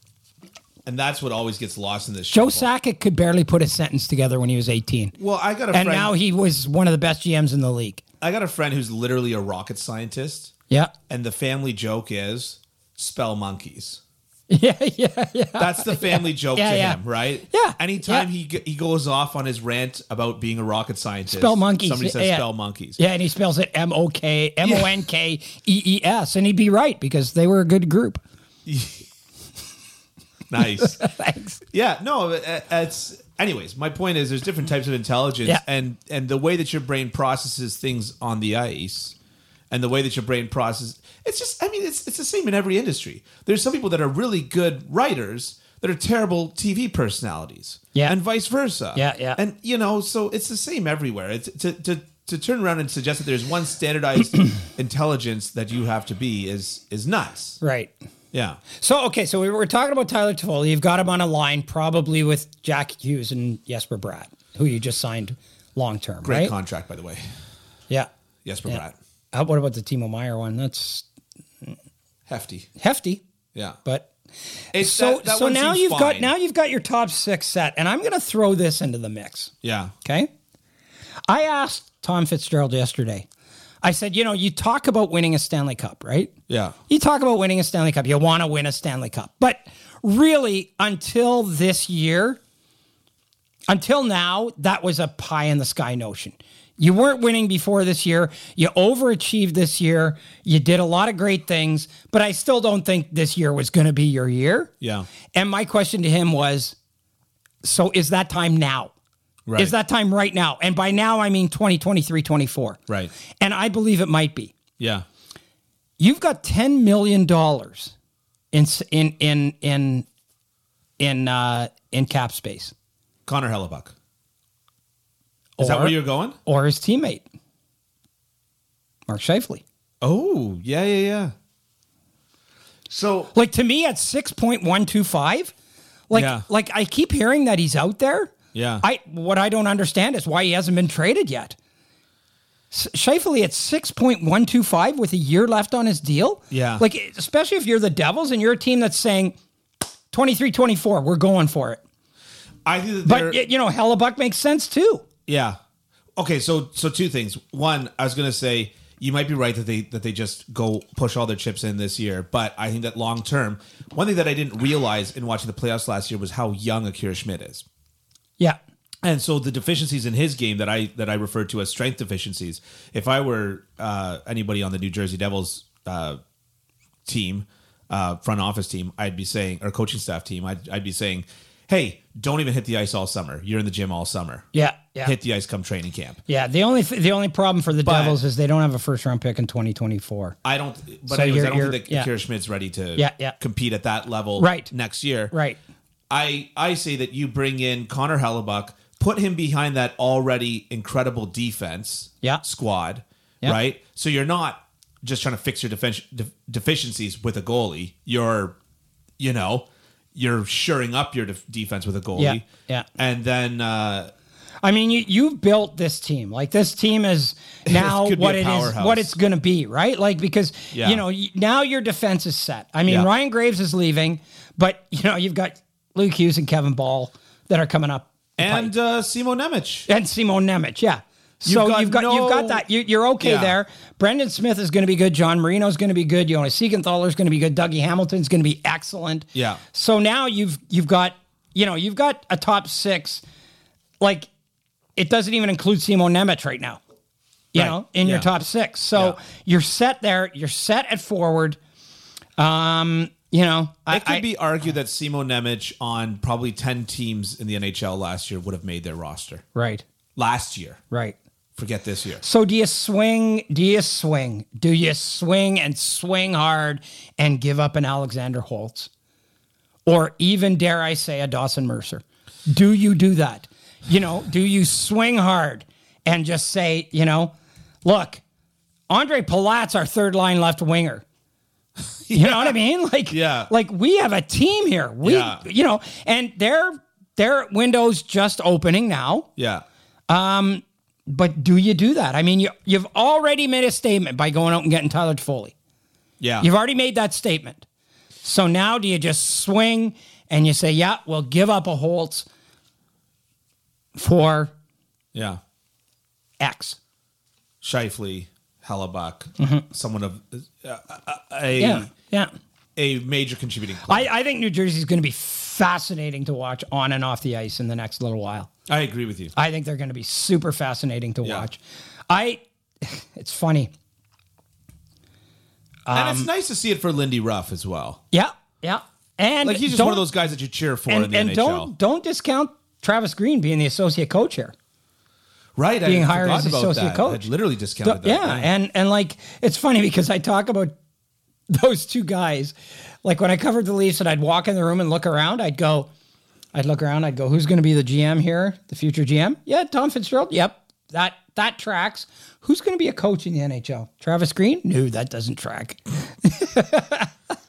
S2: and that's what always gets lost in this.
S1: Joe
S2: shuffle.
S1: Sakic could barely put a sentence together when he was 18.
S2: Well, I got a
S1: and
S2: friend.
S1: now he was one of the best GMs in the league.
S2: I got a friend who's literally a rocket scientist,
S1: Yeah.
S2: and the family joke is spell monkeys.
S1: Yeah, yeah, yeah.
S2: That's the family joke
S1: Yeah,
S2: to
S1: yeah.
S2: him, right?
S1: Yeah.
S2: Anytime
S1: Yeah.
S2: he he he goes off on his rant about being a rocket scientist,
S1: Spell monkeys.
S2: Somebody says
S1: Yeah.
S2: spell monkeys.
S1: Yeah, and he spells it M O K M O N K E E S. And he'd be right because they were a good group.
S2: Nice.
S1: Thanks.
S2: Yeah, no, uh, it's anyways. My point is, there's different types of intelligence,
S1: Yeah.
S2: and and the way that your brain processes things on the ice, and the way that your brain processes, it's just. I mean, it's it's the same in every industry. There's some people that are really good writers that are terrible TV personalities,
S1: Yeah.
S2: and vice versa,
S1: Yeah, yeah.
S2: and you know, so it's the same everywhere. It's to to to turn around and suggest that there's one standardized intelligence that you have to be is is nuts.
S1: Right.
S2: Yeah,
S1: So okay, so we were talking about Tyler Toffoli. You've got him on a line, probably with Jack Hughes and Jesper Bratt, who you just signed long term,
S2: great
S1: right?
S2: contract, by the way.
S1: yeah.
S2: Yes, but
S1: Yeah. Uh, what about the Timo Meyer one? That's
S2: hefty.
S1: hefty,
S2: Yeah,
S1: but
S2: It's
S1: so
S2: that- that
S1: so
S2: one
S1: now
S2: seems
S1: you've got
S2: fine.
S1: now you've got your top six set, and I'm going to throw this into the mix.
S2: yeah,
S1: Okay. I asked Tom Fitzgerald yesterday. I said, you know, you talk about winning a Stanley Cup, right?
S2: yeah,
S1: You talk about winning a Stanley Cup. You want to win a Stanley Cup. But really, until this year, until now, that was a pie in the sky notion. You weren't winning before this year. You overachieved this year. You did a lot of great things, but I still don't think this year was going to be your year.
S2: yeah,
S1: And my question to him was so is that time now?
S2: Right.
S1: Is that time right now? And by now, I mean 2023, 24.
S2: Right.
S1: And I believe it might be
S2: yeah,
S1: you've got ten million dollars in s- in in in in uh, in cap space,
S2: Connor Hellebuck. Is that
S1: Or-
S2: where you're going?
S1: or his teammate, Mark Scheifele.
S2: Oh, yeah, yeah, yeah. So
S1: Like to me, at six point one two five, like
S2: Yeah.
S1: like I keep hearing that he's out there.
S2: Yeah.
S1: I what I don't understand is why he hasn't been traded yet. S- Scheifele at six point one two five with a year left on his deal.
S2: Yeah.
S1: like especially if you're the Devils and you're a team that's saying 23-24, we're going for it.
S2: I think that
S1: But
S2: but
S1: y you know, Hellebuck makes sense too.
S2: yeah. Okay, so so two things. One, I was gonna say you might be right that they that they just go push all their chips in this year, but I think that long term, one thing that I didn't realize in watching the playoffs last year was how young Akira Schmidt is.
S1: Yeah.
S2: And so the deficiencies in his game that I that I refer to as strength deficiencies. If I were uh, anybody on the New Jersey Devils uh, team, uh, front office team, I'd be saying, or coaching staff team, I'd, I'd be saying, hey, don't even hit the ice all summer. You're in the gym all summer.
S1: Yeah. Yeah.
S2: Hit the ice come training camp.
S1: yeah. The only the only problem for the Devils is they don't have a first round pick in 2024.
S2: I don't, but
S1: So
S2: anyways,
S1: you're-
S2: I don't
S1: you're-
S2: think that
S1: yeah.
S2: Kira Schmidt's ready to
S1: Yeah, yeah.
S2: compete at that level
S1: Right.
S2: next year.
S1: Right.
S2: I I say that you bring in Connor Hellebuck, put him behind that already incredible defense
S1: Yeah.
S2: squad,
S1: Yeah.
S2: right? So you're not just trying to fix your defen- de- deficiencies with a goalie. You're, you know, you're shoring up your def defense with a goalie.
S1: Yeah, yeah.
S2: And then uh,
S1: I mean, you you've built this team. Like this team is now
S2: could be
S1: what
S2: a
S1: it is,
S2: powerhouse.
S1: what it's going to be, right? Like because
S2: Yeah.
S1: you know y- now your defense is set. I mean,
S2: Yeah.
S1: Ryan Graves is leaving, but you know you've got Luke Hughes and Kevin Ball that are coming up, the pipe.
S2: and uh, Simo Nemec.
S1: and Simon Nemec, yeah. So
S2: You've got
S1: you've got you've
S2: no-
S1: got that you, you're okay
S2: Yeah.
S1: there. Brendan Smith is going to be good. John Marino's going to be good. Jonas Siegenthaler is going to be good. Dougie Hamilton's going to be excellent.
S2: Yeah.
S1: So now you've you've got you know you've got a top six, like it doesn't even include Simon Nemeth right now. You
S2: Right.
S1: know, in your
S2: Yeah.
S1: top six, so
S2: Yeah.
S1: you're set there. You're set at forward. Um, you know, I,
S2: It could
S1: I-
S2: be argued that Simo Nemec on probably 10 teams in the NHL last year would have made their roster.
S1: right,
S2: Last year.
S1: right.
S2: Forget this year.
S1: So do you swing? Do you swing? Do you swing and swing hard and give up an Alexander Holtz? Or even dare I say a Dawson Mercer? Do you do that? You know, do you swing hard and just say, you know, look, Andre Palat's our third line left winger. You know what I mean? Like,
S2: Yeah.
S1: like we have a team here. We,
S2: Yeah.
S1: you know, and their their windows just opening now.
S2: Yeah.
S1: But do you do that? I mean, you, you've already made a statement by going out and getting Tyler Foley.
S2: Yeah.
S1: You've already made that statement. So now do you just swing and you say, yeah, we'll give up a Holtz for
S2: yeah.
S1: X?
S2: Shifley, Hellebuck, someone of uh,
S1: Mm-hmm.
S2: a
S1: Yeah. Yeah.
S2: a major contributing player.
S1: Mm. I, I think New Jersey's going to be fascinating to watch on and off the ice in the next little while.
S2: I, agree with you.
S1: I think they're going to be super fascinating to
S2: Yeah.
S1: watch. I, it's funny. Um,
S2: and it's nice to see it for Lindy Ruff as well.
S1: Yeah. Yeah. And
S2: Like he's just
S1: don't-
S2: one of those guys that you cheer for in
S1: and,
S2: the
S1: and
S2: NHL.
S1: don't don't discount Travis Green being the associate coach here.
S2: right, I
S1: being
S2: had
S1: hired as
S2: forgotten about
S1: associate
S2: that.
S1: coach.
S2: I literally discounted that.
S1: yeah, and and like it's funny because I talk about those two guys. Like when I covered the Leafs and I'd walk in the room and look around, I'd go, I'd look around, I'd go, who's going to be the GM here, the future GM? Yeah, Tom Fitzgerald. Yep, that that tracks. Who's going to be a coach in the NHL? Travis Green? No, that doesn't track.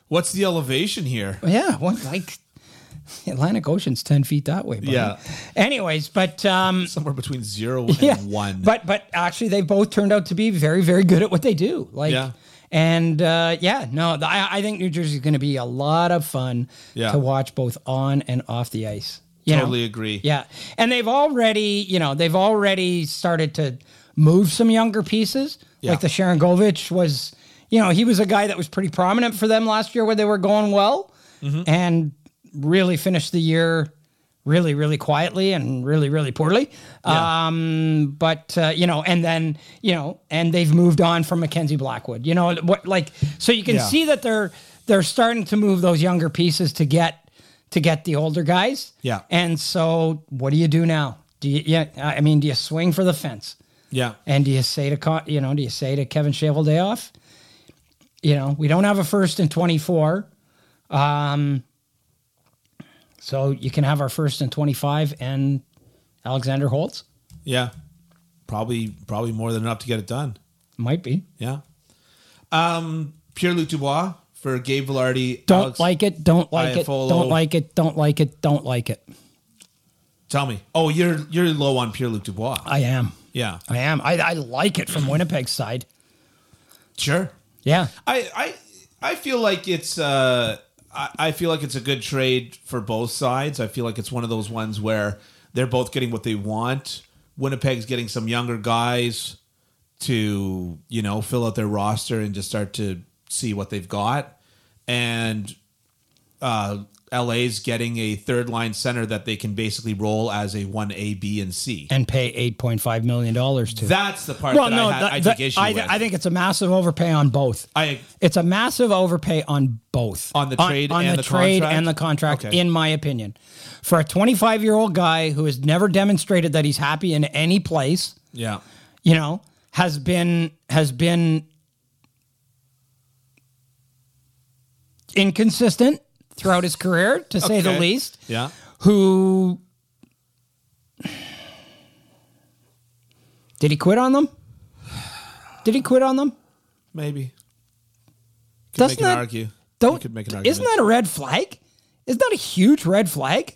S2: What's the elevation here?
S1: Yeah, one like the Atlantic Ocean's ten feet that way. Buddy.
S2: Yeah.
S1: Anyways, but um,
S2: Somewhere between zero and
S1: yeah.
S2: one.
S1: But but actually, they both turned out to be very very good at what they do. Like
S2: Yeah.
S1: and uh, yeah, no, th- I, I think New Jersey's going to be a lot of fun
S2: Yeah.
S1: to watch both on and off the ice. You know?
S2: totally agree.
S1: Yeah, and they've already you know they've already started to move some younger pieces.
S2: Yeah.
S1: Like the Sharon Govich was, you know, he was a guy that was pretty prominent for them last year when they were going well,
S2: Mm-hmm.
S1: and really finished the year. Really, really quietly and really, really poorly.
S2: Yeah.
S1: Um, but uh, you know, and then you know, and they've moved on from Mackenzie Blackwood. You know what? Like, so you can
S2: Yeah.
S1: see that they're they're starting to move those younger pieces to get to get the older guys.
S2: Yeah.
S1: And so, what do you do now? Do you? Yeah. I mean, do you swing for the fence?
S2: yeah.
S1: And do you say to Co- you know? Do you say to Kevin Shavel day off? You know, we don't have a first in twenty four. Um. So you can have our first in twenty five and Alexander Holtz
S2: Yeah. Probably probably more than enough to get it done.
S1: might be.
S2: Yeah. Um Pierre Luc Dubois for Gabe Velarde.
S1: Don't
S2: Alex-
S1: like it. Don't like it.
S2: Iafallo.
S1: Don't like it. Don't like it. Don't like it.
S2: Tell me. Oh, you're you're low on Pierre Luc Dubois.
S1: I am.
S2: yeah.
S1: I am. I, I like it from Winnipeg's side.
S2: Sure.
S1: Yeah.
S2: I I I feel like it's uh I, I feel like it's a good trade for both sides. I feel like it's one of those ones where they're both getting what they want. Winnipeg's getting some younger guys to, you know, fill out their roster and just start to see what they've got. And uh LA's getting a third line center that they can basically roll as a one A, B, and C.
S1: And pay eight point five million dollars to.
S2: That's the part
S1: well,
S2: that
S1: no,
S2: I, had,
S1: the-
S2: I
S1: the-
S2: take issue
S1: I,
S2: with.
S1: I think it's a massive overpay on both.
S2: I
S1: it's a massive overpay on both
S2: On the trade
S1: on,
S2: and
S1: the,
S2: the
S1: trade
S2: contract?
S1: and the contract,
S2: Okay.
S1: in my opinion, for a twenty five year old guy who has never demonstrated that he's happy in any place.
S2: yeah.
S1: you know, has been has been inconsistent throughout his career, to say the
S2: Okay.
S1: least.
S2: Yeah.
S1: Who did he quit on them? Did he quit on them?
S2: Maybe. could
S1: That's
S2: make
S1: not-
S2: an argue.
S1: Don't
S2: you could make an argument.
S1: isn't that a red flag? Isn't that a huge red flag?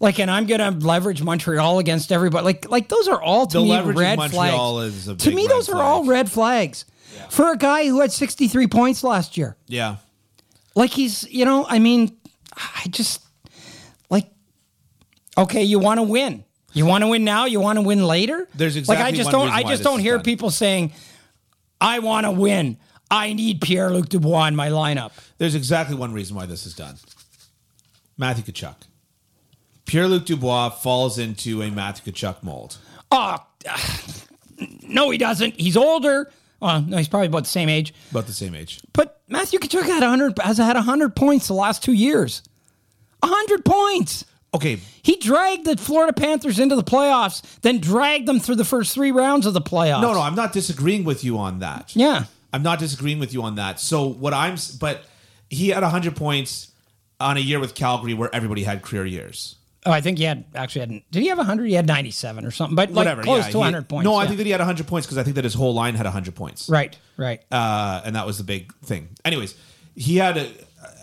S1: Like, and I'm gonna leverage Montreal against everybody. Like, like those are all to
S2: The
S1: me
S2: leveraging
S1: red
S2: Montreal
S1: flags.
S2: is a
S1: to
S2: big
S1: me,
S2: red
S1: those are all
S2: flag.
S1: red flags for a guy who had 63 points last year.
S2: yeah.
S1: Like he's, you know, I mean, I just like okay, you want to win. You want to win now, you want to win later?
S2: There's
S1: Like I
S2: exactly
S1: just
S2: one
S1: don't
S2: reason
S1: I
S2: why
S1: just
S2: this
S1: don't
S2: is
S1: hear
S2: done.
S1: people saying I want to win. I need Pierre-Luc Dubois in my lineup.
S2: There's exactly one reason why this is done. Matthew Kachuk. Pierre Luc Dubois falls into a Matthew Kachuk mold.
S1: Oh, no, he doesn't. He's older. Well, no, he's probably about the same age.
S2: About the same age.
S1: But Matthew Kachuk had 100, has had 100 points the last two years. 100 points.
S2: Okay,
S1: He dragged the Florida Panthers into the playoffs, then dragged them through the first three rounds of the playoffs.
S2: No, no, I'm not disagreeing with you on that.
S1: Yeah.
S2: I'm not disagreeing with you on that. So what I'm, s- but he had 100 points on a year with Calgary where everybody had career years.
S1: Oh, I think he had actually had. Did he have 100? He had 97 or something, but like
S2: Whatever,
S1: close
S2: yeah,
S1: to
S2: he-
S1: 100 points.
S2: No, I
S1: yeah.
S2: think that he had 100 points because I think that his whole line had 100 points.
S1: right, right.
S2: uh, and that was the big thing. Anyways, he had a,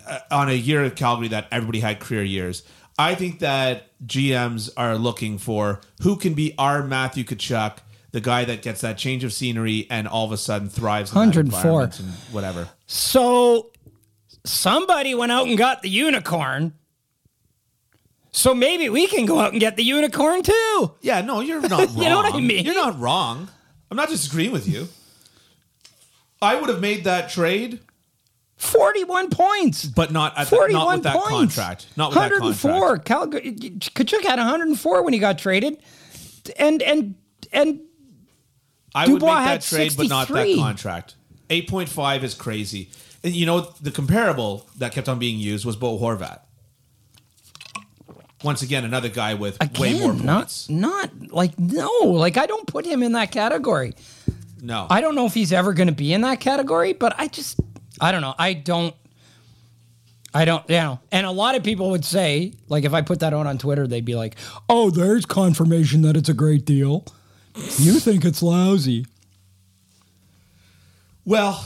S2: a, on a year at Calgary that everybody had career years. I think that GMs are looking for who can be our Matthew Kachuk, the guy that gets that change of scenery and all of a sudden thrives. in that
S1: 104.
S2: environment and whatever.
S1: So somebody went out and got the unicorn. So maybe we can go out and get the unicorn too.
S2: Yeah, no, you're not wrong.
S1: know what I mean?
S2: You're not wrong. I'm not disagreeing with you. I would have made that trade,
S1: 41 points.
S2: but not at that,
S1: 41
S2: not with that
S1: points.
S2: contract. Not with that contract.
S1: 104. Calgary, Kachuk had 104 when he got traded. And, and, and
S2: I
S1: Dubois
S2: would make
S1: had
S2: that trade, but not that
S1: 63.
S2: contract. Eight point five is crazy. And you know the comparable that kept on being used was Bo Horvat. Once again, another guy with way
S1: again,
S2: more
S1: not,
S2: points.
S1: not like, no, like I don't put him in that category.
S2: no,
S1: I don't know if he's ever going to be in that category, but I just, I don't know. I don't, I don't, you know. And a lot of people would say, like, if I put that out on Twitter, they'd be like, oh, there's confirmation that it's a great deal. You think it's lousy.
S2: well,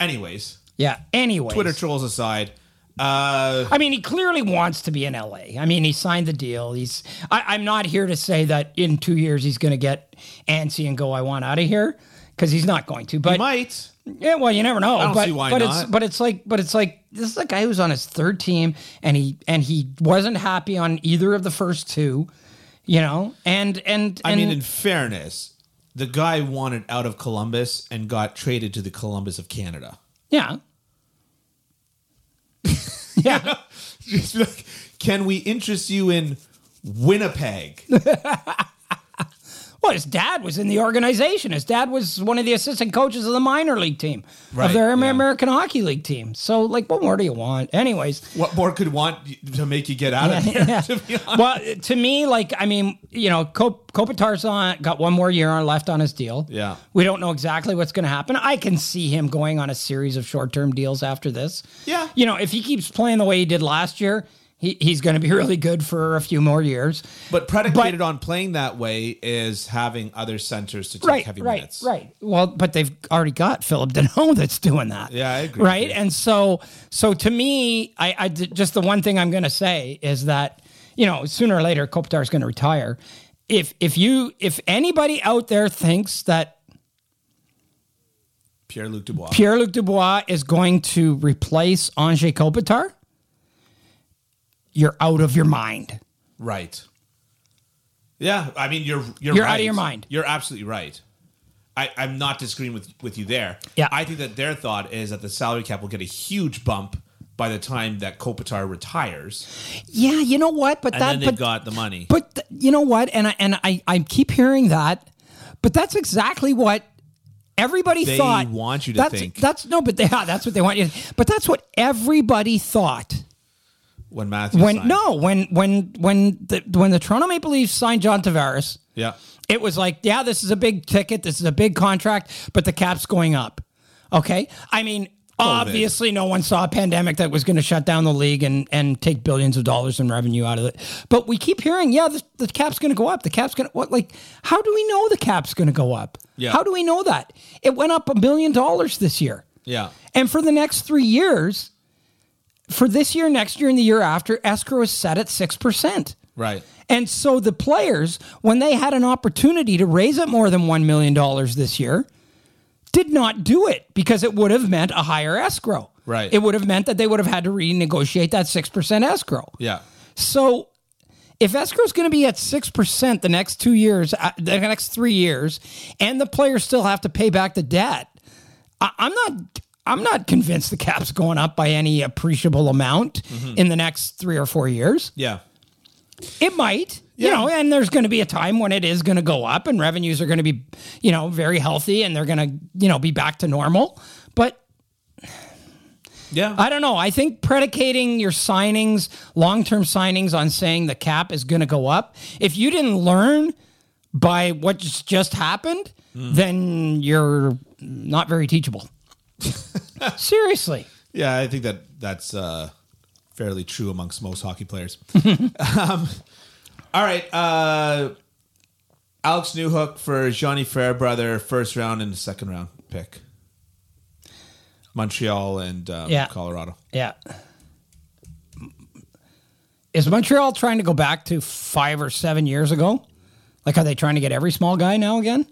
S2: anyways,
S1: Yeah. Anyway,
S2: Twitter trolls aside, uh,
S1: I mean, he clearly wants to be in LA. I mean, he signed the deal. He's. I, I'm not here to say that in two years he's going to get antsy and go, "I want out of here," because he's not going to. But
S2: might
S1: yeah, well, you never know.
S2: don't
S1: but
S2: see why
S1: but it's
S2: not.
S1: but it's like but it's like this is a guy who's on his third team, and he and he wasn't happy on either of the first two, you know. And and, and
S2: I mean, in fairness, the guy wanted out of Columbus and got traded to the Columbus of Canada.
S1: yeah, yeah.
S2: Just be like, can we interest you in Winnipeg?
S1: Well, his dad was in the organization. His dad was one of the assistant coaches of the minor league team of
S2: Right,
S1: their Amer-
S2: yeah.
S1: American Hockey League team. So, like, what more do you want? Anyways,
S2: what more could want to make you get out of here?
S1: yeah.
S2: To be honest.
S1: well, to me, like, I mean, you know, Kop- Kopitar's on got one more year on left on his deal.
S2: Yeah.
S1: we don't know exactly what's going to happen. I can see him going on a series of short term deals after this.
S2: Yeah.
S1: you know, if he keeps playing the way he did last year, he, he's going to be really good for a few more years.
S2: But predicated on playing that way is having other centers to take
S1: right,
S2: heavy
S1: right,
S2: minutes.
S1: Right. Well, but they've already got Philip Deneau that's doing that.
S2: Yeah, I agree with
S1: Right.
S2: you.
S1: And so, so to me, I, I d- just the one thing I'm going to say is that you know sooner or later Kopitar is going to retire. If if you if anybody out there thinks that
S2: Pierre Luc Dubois.
S1: Pierre Luc Dubois is going to replace Ange Kopitar, you're out of your mind.
S2: right. Yeah, I mean you're you're
S1: You're out of
S2: right.
S1: your mind.
S2: You're absolutely right. I, I'm not disagreeing with, with you there.
S1: Yeah.
S2: I think that their thought is that the salary cap will get a huge bump by the time that Kopitar retires.
S1: Yeah, you know what? But
S2: And
S1: that
S2: then they've
S1: but
S2: got the money.
S1: But th- you know what? And I and I, I keep hearing that, but that's exactly what everybody
S2: They
S1: thought.
S2: want you to
S1: that's,
S2: think.
S1: That's no, but they, yeah, that's what they want you. To, but that's what everybody thought
S2: when Matthews
S1: when
S2: signed.
S1: no when when when the when the Toronto Maple Leafs signed John Tavares.
S2: Yeah.
S1: It was like, yeah, this is a big ticket, this is a big contract, but the cap's going up. Okay, I mean. Obviously, no one saw a pandemic that was going to shut down the league and, and take billions of dollars in revenue out of it. But we keep hearing, yeah, the, the cap's going to go up. The cap's going to what? Like, how do we know the cap's going to go up?
S2: Yeah.
S1: How do we know that? It went up a billion dollars this year.
S2: Yeah.
S1: And for the next three years, for this year, next year, and the year after, escrow is set at 6%.
S2: Right.
S1: And so the players, when they had an opportunity to raise up more than $1 million this year, did not do it because it would have meant a higher escrow.
S2: Right.
S1: It would have meant that they would have had to renegotiate that 6% escrow.
S2: Yeah.
S1: So if escrow is going to be at 6% the next two years, uh, the next three years, and the players still have to pay back the debt, I, I'm not. I'm not convinced the cap's going up by any appreciable amount
S2: Mm-hmm.
S1: in the next three or four years.
S2: Yeah.
S1: It might, you
S2: Yeah.
S1: know, and there's going to be a time when it is going to go up and revenues are going to be, you know, very healthy and they're going to, you know, be back to normal. But
S2: Yeah.
S1: I don't know. I think predicating your signings, long term signings, on saying the cap is going to go up, if you didn't learn by what just just happened, then you're not very teachable. Seriously.
S2: yeah, I think that that's uh, fairly true amongst most hockey players. um, all right. Uh, Alex Newhook for Johnny Fairbrother, first round and second round pick. Montreal and um,
S1: Yeah.
S2: Colorado.
S1: Yeah. Is Montreal trying to go back to five or seven years ago? Like, are they trying to get every small guy now again?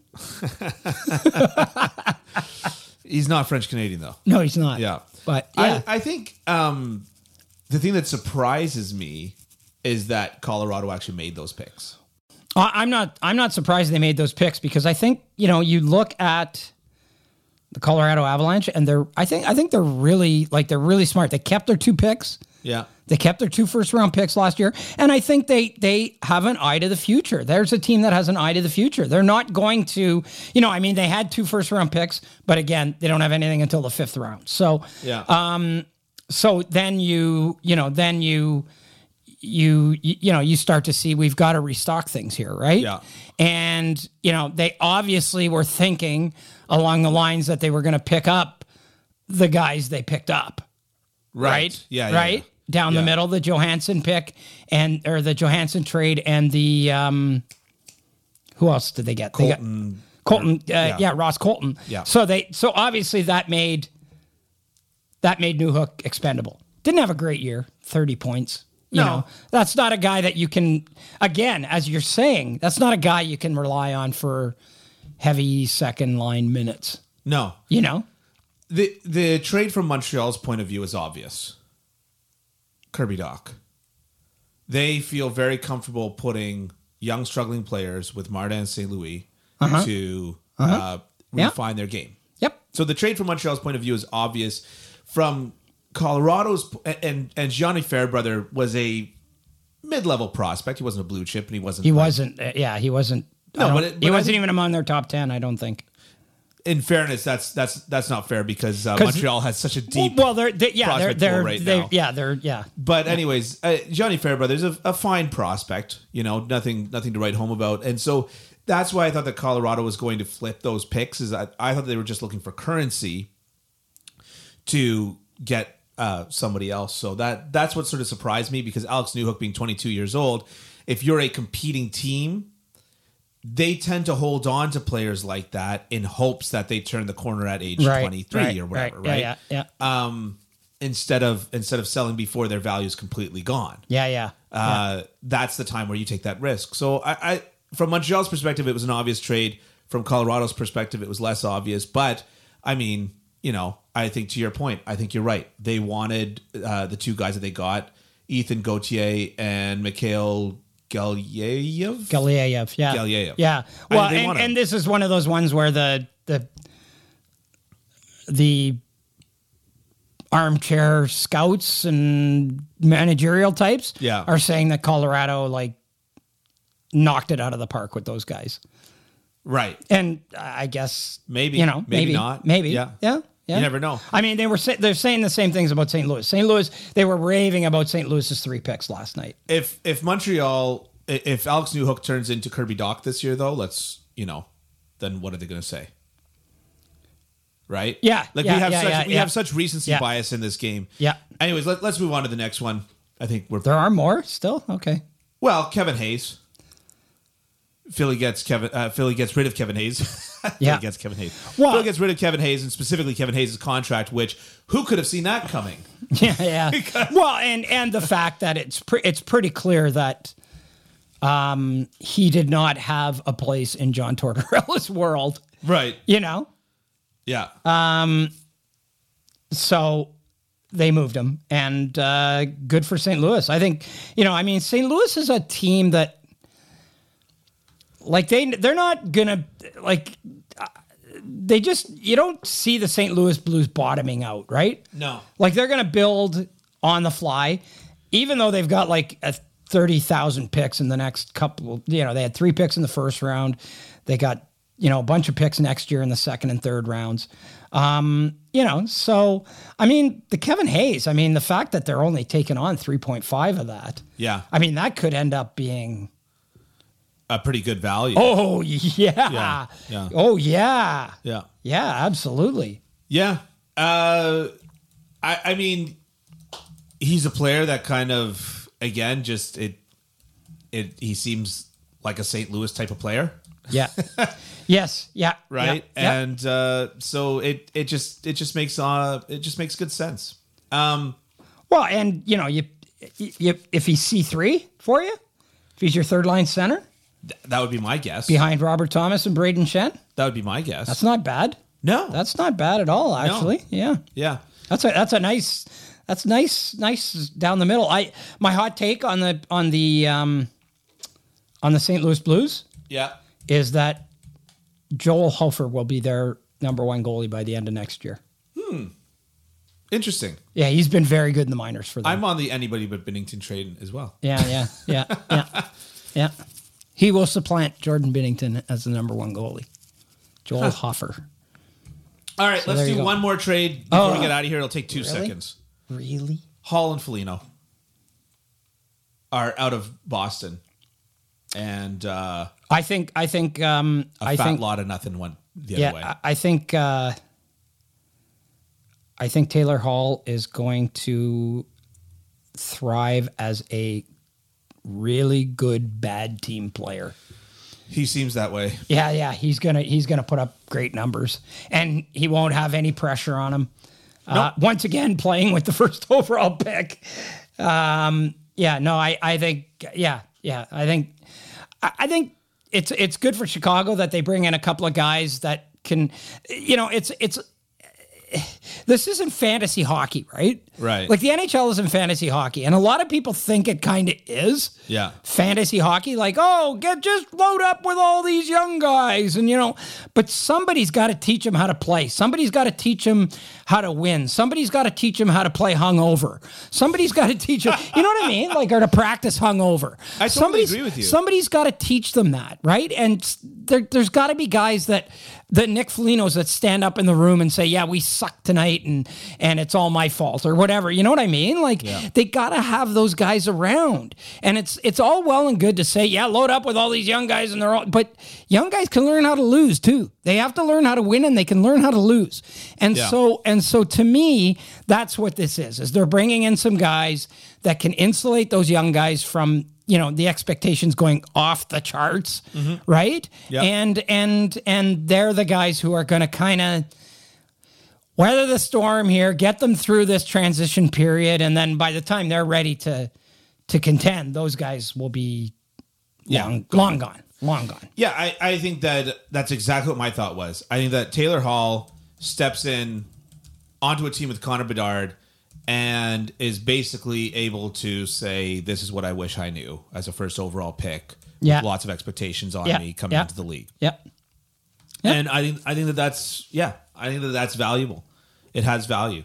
S2: He's not French Canadian, though.
S1: No, he's not.
S2: Yeah.
S1: But yeah.
S2: I, I think um, the thing that surprises me is that Colorado actually made those picks.
S1: I- I'm not. I'm not surprised they made those picks because I think you know you look at the Colorado Avalanche and they're. I think. I think they're really like they're really smart. They kept their two picks.
S2: Yeah.
S1: They kept their two first round picks last year, and I think they they have an eye to the future. There's a team that has an eye to the future. They're not going to, you know, I mean, they had two first round picks, but again, they don't have anything until the fifth round. So
S2: Yeah.
S1: Uh, so then you you know then you you you you know you start to see we've got to restock things here right
S2: Yeah.
S1: and you know they obviously were thinking along the lines that they were going to pick up the guys they picked up
S2: right.
S1: right
S2: Yeah. yeah,
S1: right
S2: yeah.
S1: down the
S2: Yeah.
S1: middle the johansson pick and or the johansson trade and the um who else did they get they got colton uh, yeah. ross colton
S2: Yeah.
S1: so they so obviously that made that made new hook expendable didn't have a great year 30 points you
S2: No.
S1: know that's not a guy that you can again as you're saying that's not a guy you can rely on for heavy second line minutes
S2: No.
S1: you know
S2: The the trade from Montreal's point of view is obvious. Kirby Doc. They feel very comfortable putting young struggling players with Marta and St. Louis to uh
S1: Uh-huh. Yeah.
S2: refine their game.
S1: yep
S2: So the trade from Montreal's point of view is obvious. From Colorado's and and Johnny Fairbrother was a mid-level prospect. He wasn't a blue chip, and he wasn't
S1: he
S2: like-
S1: wasn't uh, yeah he wasn't
S2: No,
S1: no,
S2: but it- but
S1: he
S2: I
S1: wasn't
S2: think-
S1: even among their top 10 i don't think
S2: In fairness, that's that's that's not fair because uh,
S1: 'Cause-
S2: Montreal has such a deep.
S1: well they're, they yeah they're
S2: prospect
S1: they're,
S2: pool right
S1: they-
S2: now.
S1: yeah they're yeah
S2: But anyways, uh, Johnny Fairbrother's a, a fine prospect. You know, nothing nothing to write home about, and so that's why I thought that Colorado was going to flip those picks. Is I, I thought they were just looking for currency to get uh, somebody else. So that that's what sort of surprised me because Alex Newhook being 22 years old, if you're a competing team, they tend to hold on to players like that in hopes that they turn the corner at age
S1: right
S2: 23
S1: right,
S2: or whatever, right?
S1: right, yeah yeah yeah
S2: Instead of instead of selling before their value is completely gone.
S1: yeah yeah
S2: Uh that's the time where you take that risk. So I, I from Montreal's perspective, it was an obvious trade. From Colorado's perspective, it was less obvious. But I mean, you know, I think to your point, I think you're right. They wanted uh, the two guys that they got, Ethan Gauthier and Mikhail Galyayev.
S1: Galiev, yeah.
S2: Galiev.
S1: Yeah.
S2: I-
S1: Well,
S2: they
S1: and,
S2: want him.
S1: and this is one of those ones where the the the armchair scouts and managerial types
S2: Yeah.
S1: are saying that Colorado like knocked it out of the park with those guys.
S2: right.
S1: And I guess
S2: Maybe.
S1: you know
S2: Maybe
S1: maybe,
S2: not.
S1: maybe
S2: Yeah.
S1: yeah yeah.
S2: You never know.
S1: I mean, they were say- they're saying the same things about St. Louis. St. Louis, they were raving about St. Louis's three picks last night.
S2: If if Montreal i- if Alex Newhook turns into Kirby Doc this year though, let's you know, then what are they gonna say? Right?
S1: Yeah,
S2: Like
S1: yeah,
S2: we have
S1: yeah,
S2: such
S1: yeah,
S2: we
S1: yeah.
S2: have such recency
S1: Yeah.
S2: bias in this game.
S1: Yeah.
S2: Anyways, let, let's move on to the next one. I think we're
S1: There are more still. Okay.
S2: well, Kevin Hayes. Philly gets Kevin. Uh, Philly gets rid of Kevin Hayes. Philly
S1: Yeah.
S2: gets Kevin Hayes.
S1: Well-
S2: Philly gets rid of Kevin Hayes, and specifically Kevin Hayes' contract, which who could have seen that coming?
S1: yeah, yeah. well, and and the fact that it's pre- it's pretty clear that um, he did not have a place in John Tortorella's world.
S2: Right.
S1: You know,
S2: Yeah.
S1: Uh, so they moved him, and uh, good for St. Louis. I think you know. I mean, St. Louis is a team that like they they're not gonna like uh, they just you don't see the St. Louis Blues bottoming out, right?
S2: no.
S1: Like they're going to build on the fly, even though they've got like a thirty thousand picks in the next couple. You know, they had three picks in the first round. They got you know a bunch of picks next year in the second and third rounds. Um, you know, so I mean the Kevin Hayes. I mean the fact that they're only taking on three point five of that.
S2: Yeah.
S1: I mean that could end up being
S2: A pretty good value.
S1: oh yeah,
S2: Yeah, yeah.
S1: oh yeah,
S2: Yeah.
S1: yeah, absolutely.
S2: Yeah. Uh, I, I mean, he's a player that kind of again just it it he seems like a St. Louis type of player,
S1: Yeah. yes. Yeah.
S2: right?
S1: Yeah. yeah.
S2: And uh, so it it just it just makes uh it just makes good sense. Um,
S1: Well, and you know, you, you if he's C three for you, if he's your third line center
S2: th- that would be my guess.
S1: behind Robert Thomas and Braden Shen,
S2: That would be my guess.
S1: that's not bad.
S2: no,
S1: That's not bad at all, actually. Yeah,
S2: yeah,
S1: that's a that's a nice that's nice nice down the middle. I my hot take on the on the um, on the St. Louis Blues
S2: yeah.
S1: is that Joel Hofer will be their number one goalie by the end of next year.
S2: Interesting.
S1: Yeah, he's been very good in the minors for them.
S2: I'm on the anybody but Bennington trade as well.
S1: Yeah, yeah, yeah, yeah, yeah. He will supplant Jordan Binnington as the number one goalie. Joel Hoffer.
S2: All right, let's
S1: there you
S2: do
S1: go.
S2: one more trade before we
S1: Oh.
S2: get out of here. It'll take two
S1: Really?
S2: seconds.
S1: Really?
S2: Hall and Felino are out of Boston, and uh,
S1: I think. I think. Um,
S2: a
S1: I
S2: fat
S1: think.
S2: lot of nothing went the
S1: yeah.
S2: other way.
S1: I, I think. Uh, I think Taylor Hall is going to thrive as a really good bad team player.
S2: he seems that way.
S1: Yeah, yeah, he's gonna he's gonna put up great numbers, and he won't have any pressure on him. Uh, once again, playing with the first overall pick. Um, yeah, no, I I think yeah yeah I think I, I think it's it's good for Chicago that they bring in a couple of guys that can you know it's it's this isn't fantasy hockey right
S2: Right.
S1: like the NHL isn't fantasy hockey and a lot of people think it kind of is
S2: Yeah.
S1: fantasy hockey like oh get just load up with all these young guys and you know but somebody's got to teach them how to play somebody's got to teach them how to win somebody's got to teach them how to play hungover somebody's got to teach them you know what i mean like or to practice hungover
S2: I totally
S1: somebody's,
S2: agree with you.
S1: somebody's got to teach them that right and s- there, there's got to be guys that the nick felinos that stand up in the room and say yeah we suck tonight and and it's all my fault or whatever you know what i mean like they got to have those guys around and it's it's all well and good to say yeah load up with all these young guys and they're all but young guys can learn how to lose too they have to learn how to win and they can learn how to lose and
S2: Yeah.
S1: so Oh, and so to me that's what this is is they're bringing in some guys that can insulate those young guys from you know the expectations going off the charts right
S2: Yeah.
S1: and and and they're the guys who are going to kind of weather the storm here get them through this transition period and then by the time they're ready to to contend those guys will be long, long gone long gone
S2: Yeah, I, I think that that's exactly what my thought was. I think that Taylor Hall steps in onto a team with Connor Bedard and is basically able to say, This is what I wish I knew as a first overall pick.
S1: Yeah.
S2: With lots of expectations on
S1: Yeah,
S2: me coming
S1: yeah.
S2: into the league.
S1: yep
S2: And I think I think that that's yeah, I think that that's valuable. It has value,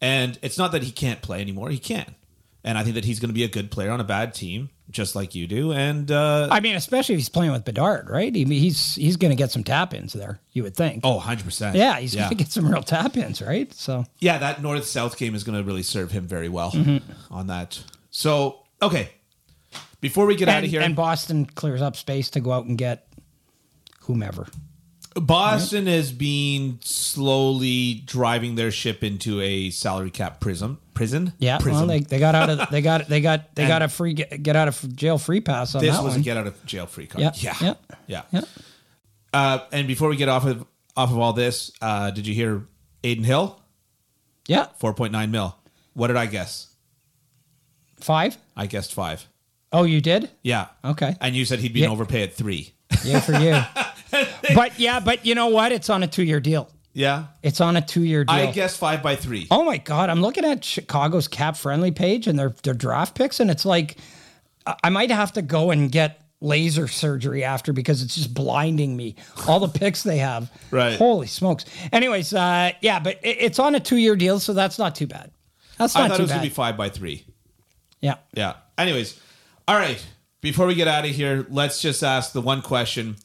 S2: and it's not that he can't play anymore. He can, and I think that he's going to be a good player on a bad team, just like you do. And uh,
S1: I mean, especially if he's playing with Bedard, right? He, he's he's going to get some tap ins there, you would think.
S2: oh, 100 percent.
S1: yeah, he's
S2: yeah.
S1: going to get some real tap ins, right? So,
S2: yeah. That north south game is going to really serve him very well
S1: Mm-hmm.
S2: on that. So okay, before we get out
S1: and,
S2: of here,
S1: and Boston clears up space to go out and get whomever.
S2: Boston has been slowly driving their ship into a salary cap prism. prison.
S1: Yeah,
S2: prison.
S1: well, they, they got out of they got they got they got a free get, get out of jail free pass on
S2: this
S1: that
S2: was
S1: one.
S2: a get out of jail free card.
S1: Yeah,
S2: yeah,
S1: yeah,
S2: yeah.
S1: yeah.
S2: Uh, and before we get off of off of all this, uh, did you hear Aiden Hill
S1: yeah,
S2: four point nine mil? What did I guess?
S1: five.
S2: I guessed five.
S1: Oh, you did?
S2: Yeah.
S1: Okay.
S2: And you said he'd be
S1: Yeah.
S2: an overpay at three.
S1: Yeah, for you. but yeah, but you know what? It's on a two-year deal.
S2: yeah.
S1: It's on a two-year deal.
S2: I guessed five by three.
S1: Oh my god, I'm looking at Chicago's cap friendly page and their their draft picks, and it's like I I might have to go and get laser surgery after because it's just blinding me all the picks they have.
S2: Right.
S1: Holy smokes. Anyways, uh, yeah, but it, it's on a two year deal, so that's not too bad. That's
S2: I
S1: not
S2: thought it
S1: too
S2: was
S1: bad.
S2: gonna be five by three.
S1: yeah.
S2: Yeah. Anyways, all right. Before we get out of here, let's just ask the one question: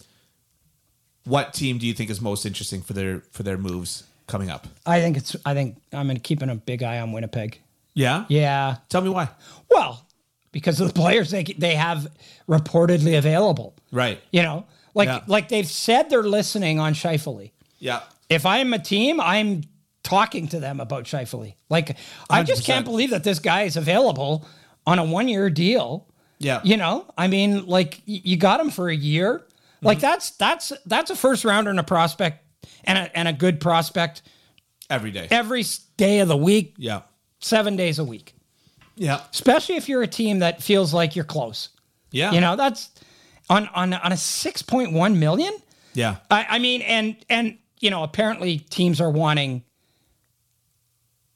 S2: What team do you think is most interesting for their for their moves coming up?
S1: I think it's. I think I'm gonna keeping a big eye on Winnipeg.
S2: Yeah.
S1: Yeah.
S2: Tell me why.
S1: Well, because of the players they they have reportedly available.
S2: Right.
S1: You know, like
S2: Yeah.
S1: like they've said they're listening on Shifley.
S2: Yeah.
S1: if I'm a team, I'm talking to them about Shifley. Like, I just
S2: 100%.
S1: can't believe that this guy is available on a one year deal.
S2: Yeah.
S1: You know, I mean, like y- you got him for a year. Like
S2: Mm-hmm.
S1: that's that's that's a first rounder and a prospect and a and a good prospect
S2: Every day.
S1: every s- day of the week,
S2: yeah.
S1: seven days a week.
S2: Yeah.
S1: Especially if you're a team that feels like you're close.
S2: Yeah.
S1: You know, that's on on on a six point one million.
S2: Yeah.
S1: I, I mean, and and you know, apparently teams are wanting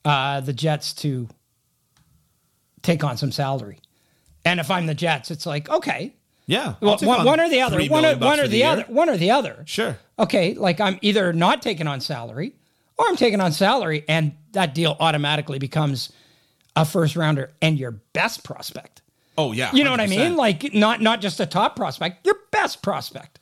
S1: uh, the Jets to take on some salary. And if I'm the Jets, it's like okay,
S2: Yeah. I'll
S1: well,
S2: take
S1: one,
S2: on
S1: one or the other,
S2: three
S1: one or,
S2: million bucks
S1: one or
S2: for
S1: the,
S2: year.
S1: other, one or the other.
S2: Sure.
S1: Okay, like I'm either not taking on salary or I'm taking on salary, and that deal automatically becomes a first rounder and your best prospect.
S2: Oh yeah.
S1: You know what I mean?
S2: 100%.
S1: Like not not just a top prospect, your best prospect.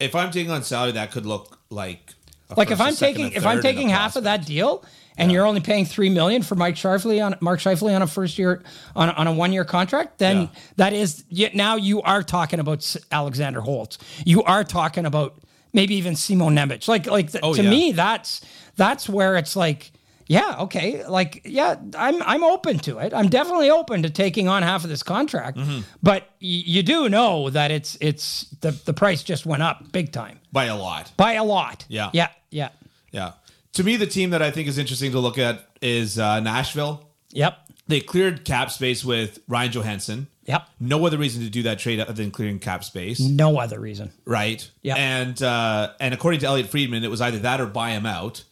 S2: if I'm taking on salary, that could look like a
S1: like if
S2: first, a
S1: I'm
S2: second,
S1: taking
S2: a
S1: if I'm
S2: third, and a
S1: taking half of that
S2: prospect.
S1: deal and you're only paying three million for Mike Shifley on Mark Shifley on a first year on a- on a one year contract, then
S2: Yeah.
S1: that is yet now you are talking about S- Alexander Holtz. You are talking about maybe even Simon Nemec. Like like th-
S2: Oh,
S1: to
S2: yeah.
S1: me that's that's where it's like yeah okay like yeah I'm I'm open to it. I'm definitely open to taking on half of this contract,
S2: Mm-hmm.
S1: but y- you do know that it's it's the the price just went up big time
S2: by a lot.
S1: by a lot.
S2: Yeah.
S1: yeah yeah.
S2: Yeah. To me, the team that I think is interesting to look at is uh, Nashville.
S1: Yep.
S2: They cleared cap space with Ryan Johansson.
S1: Yep.
S2: No other reason to do that trade other than clearing cap space,
S1: No other reason.
S2: right?
S1: Yeah.
S2: And uh, and according to Elliot Friedman, it was either that or buy him out.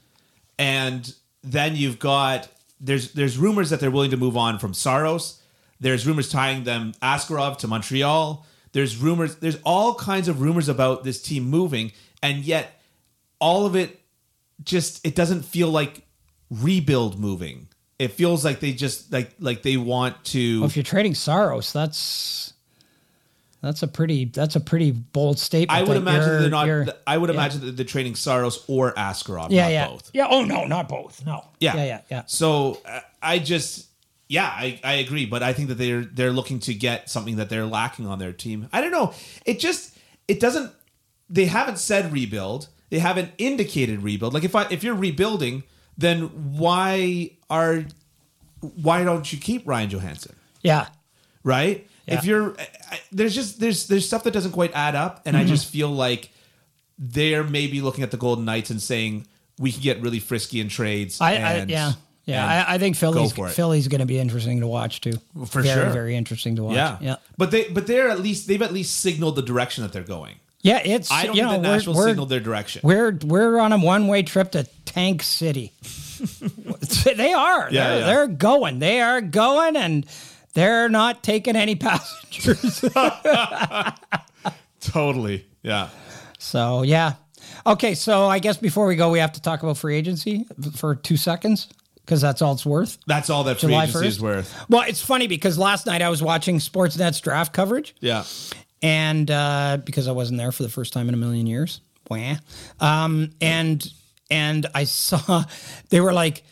S2: And then you've got there's there's rumors that they're willing to move on from Saros. There's rumors tying them Askarov to Montreal. There's rumors. There's all kinds of rumors about this team moving, and yet all of it just it doesn't feel like rebuild moving. It feels like they just like like they want to.
S1: Well, if you're trading Saros, that's that's a pretty that's a pretty bold statement.
S2: I would
S1: that
S2: imagine
S1: you're-
S2: they're
S1: you're-
S2: not. I would imagine that they're training Saros or Askarov,
S1: yeah,
S2: not
S1: yeah,
S2: both.
S1: yeah. Oh no, not both. No.
S2: Yeah,
S1: yeah, yeah. yeah.
S2: So uh, I just, yeah, I, I agree, but I think that they're they're looking to get something that they're lacking on their team. I don't know. It just it doesn't. They haven't said rebuild. They haven't indicated rebuild. Like if I if you're rebuilding, then why are why don't you keep Ryan Johansson?
S1: Yeah.
S2: right?
S1: Yeah.
S2: If you're I- I- there's just there's there's stuff that doesn't quite add up, and I
S1: Mm-hmm.
S2: just feel like they're maybe looking at the Golden Knights and saying we can get really frisky in trades.
S1: I, I
S2: and,
S1: yeah. Yeah,
S2: and-
S1: I, I think Philly's
S2: for it.
S1: Philly's going to be interesting to watch too.
S2: For
S1: very,
S2: sure.
S1: very interesting to watch.
S2: yeah,
S1: yeah,
S2: But they but they're at least they've at least signaled the direction that they're going.
S1: yeah. It's
S2: I don't
S1: you know
S2: think that
S1: we're-
S2: Nashville
S1: we're,
S2: signaled their direction.
S1: We're we're on a one way trip to Tank City. they are. they're,
S2: Yeah, yeah.
S1: they're going. They are going, and they're not taking any passengers.
S2: Totally. Yeah.
S1: so yeah. Okay, so I guess before we go, we have to talk about free agency for two seconds because that's all it's worth.
S2: That's all that free
S1: July
S2: agency is
S1: 1st?
S2: worth.
S1: Well, it's funny because last night I was watching Sportsnet's draft coverage,
S2: Yeah.
S1: and uh, because I wasn't there for the first time in a million years, wah. Um, and and I saw they were like,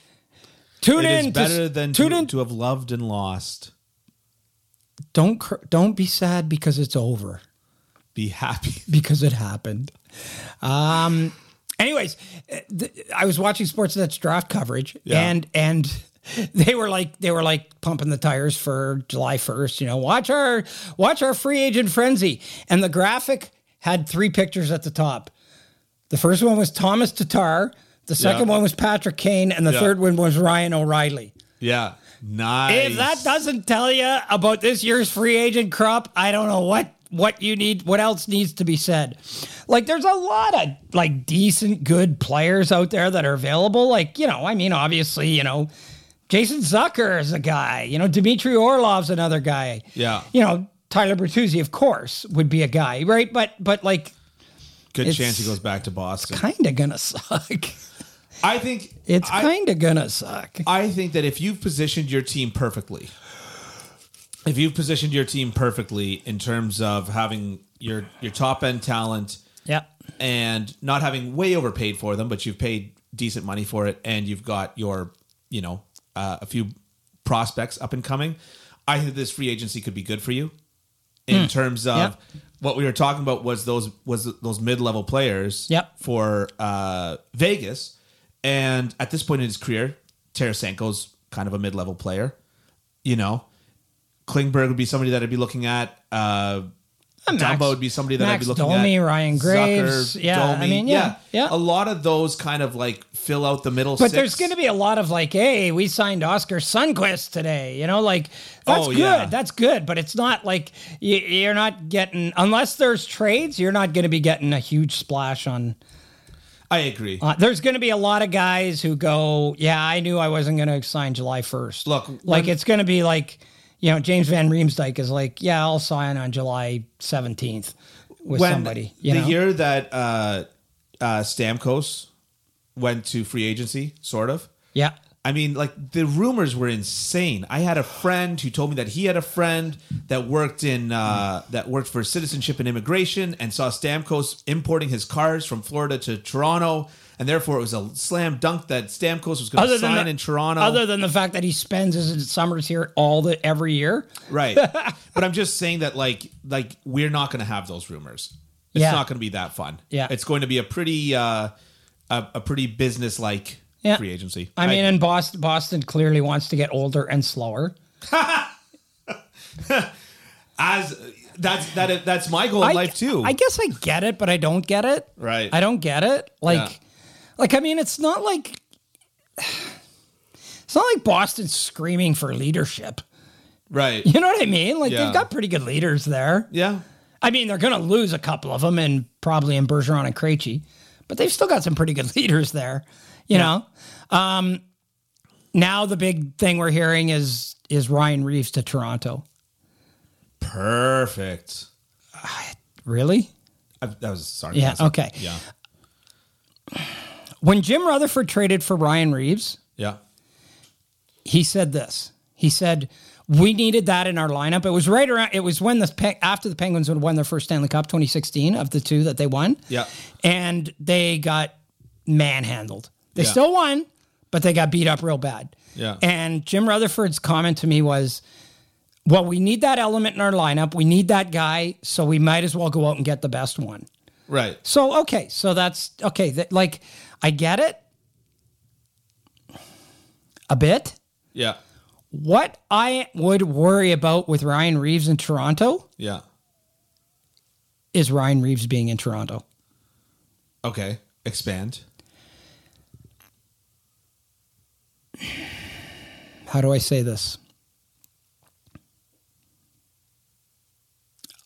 S1: tune
S2: It
S1: in,
S2: is better
S1: to,
S2: than
S1: tune
S2: to,
S1: in.
S2: to have loved and lost.
S1: Don't cr- don't be sad because it's over
S2: Be happy.
S1: because it happened. Um. Anyways, eh, th- I was watching Sportsnet's draft coverage,
S2: Yeah.
S1: and and they were like they were like pumping the tires for July 1st, you know, watch our watch our free agent frenzy. And the graphic had three pictures at the top. The first one was Thomas Tatar, the second
S2: Yeah.
S1: one was Patrick Kane, and the
S2: Yeah.
S1: third one was Ryan O'Reilly.
S2: Yeah. Nice.
S1: If that doesn't tell you about this year's free agent crop, I don't know what what you need what else needs to be said. Like there's a lot of like decent good players out there that are available. Like, you know, I mean obviously, you know, Jason Zucker is a guy, you know, Dmitry Orlov's another guy.
S2: Yeah.
S1: You know, Tyler Bertuzzi of course would be a guy, right? But but like
S2: Good
S1: it's-
S2: chance he goes back to Boston.
S1: kind of going to suck.
S2: I think
S1: It's
S2: I-
S1: kind of going to suck.
S2: I think that if you've positioned your team perfectly, if you've positioned your team perfectly in terms of having your your top end talent
S1: yeah.
S2: and not having way overpaid for them, but you've paid decent money for it, and you've got your you know uh, a few prospects up and coming, I think this free agency could be good for you in terms of.
S1: Hmm. Yep.
S2: What we were talking about was those was those mid level players
S1: Yep.
S2: for uh, Vegas, and at this point in his career, Tarasenko's kind of a mid level player. You know, Klingberg would be somebody that I'd be looking at. Uh,
S1: Max-
S2: Dumbo would be somebody that I'd
S1: Max
S2: be looking
S1: Domi,
S2: at.
S1: Ryan Graves. Yeah, I mean, yeah, yeah.
S2: A lot of those kind of like fill out the middle.
S1: But there's going to be a lot of like, hey, we signed Oscar Sundquist today. You know, like that's
S2: Oh,
S1: good.
S2: yeah.
S1: That's good. But it's not like you, you're not getting unless there's trades. You're not going to be getting a huge splash on.
S2: I agree.
S1: Uh, there's going to be a lot of guys who go, yeah, I knew I wasn't going to sign July 1st.
S2: Look,
S1: like
S2: when-
S1: it's going to be like, you know, James Van Riemsdyk is like, yeah, I'll sign on July 17th with
S2: When
S1: somebody. You
S2: the
S1: know,
S2: year that uh, uh, Stamkos went to free agency, sort of.
S1: yeah,
S2: I mean, like the rumors were insane. I had a friend who told me that he had a friend that worked in uh, that worked for citizenship and immigration, and saw Stamkos importing his cars from Florida to Toronto, and therefore it was a slam dunk that Stamkos was going to sign in Toronto.
S1: other than the fact that he spends his summers here all the every year.
S2: right? but I'm just saying that, like, like we're not going to have those rumors. It's
S1: Yeah.
S2: not going to be that fun.
S1: Yeah.
S2: it's going to be a pretty uh, a, a pretty business like
S1: Yeah.
S2: free agency.
S1: I mean, uh, and Boston, Boston clearly wants to get older and slower.
S2: as that's that that's my goal in
S1: I-
S2: life too.
S1: I guess I get it, but I don't get it.
S2: Right.
S1: I don't get it. Like,
S2: Yeah.
S1: like I mean, it's not like it's not like Boston's screaming for leadership.
S2: right.
S1: You know what I mean? Like
S2: Yeah.
S1: they've got pretty good leaders there.
S2: Yeah.
S1: I mean, they're going to lose a couple of them, and probably in Bergeron and Krejci, but they've still got some pretty good leaders there. You know. Um, now the big thing we're hearing is is Ryan Reeves to Toronto.
S2: Perfect.
S1: Really?
S2: I, that was sarcasm.
S1: Yeah. Okay.
S2: Yeah.
S1: When Jim Rutherford traded for Ryan Reeves,
S2: Yeah.
S1: he said this. He said, "We needed that in our lineup." It was right around. It was when the Pe- after the Penguins had won their first Stanley Cup, 2016, of the two that they won.
S2: Yeah.
S1: and they got manhandled. They
S2: Yeah.
S1: still won, but they got beat up real bad.
S2: Yeah.
S1: And Jim Rutherford's comment to me was, "Well, we need that element in our lineup. We need that guy, so we might as well go out and get the best one."
S2: Right.
S1: So okay, so that's okay. That, like, I get it a bit.
S2: Yeah.
S1: What I would worry about with Ryan Reeves in Toronto
S2: Yeah.
S1: is Ryan Reeves being in Toronto.
S2: Okay. Expand.
S1: How do I say this?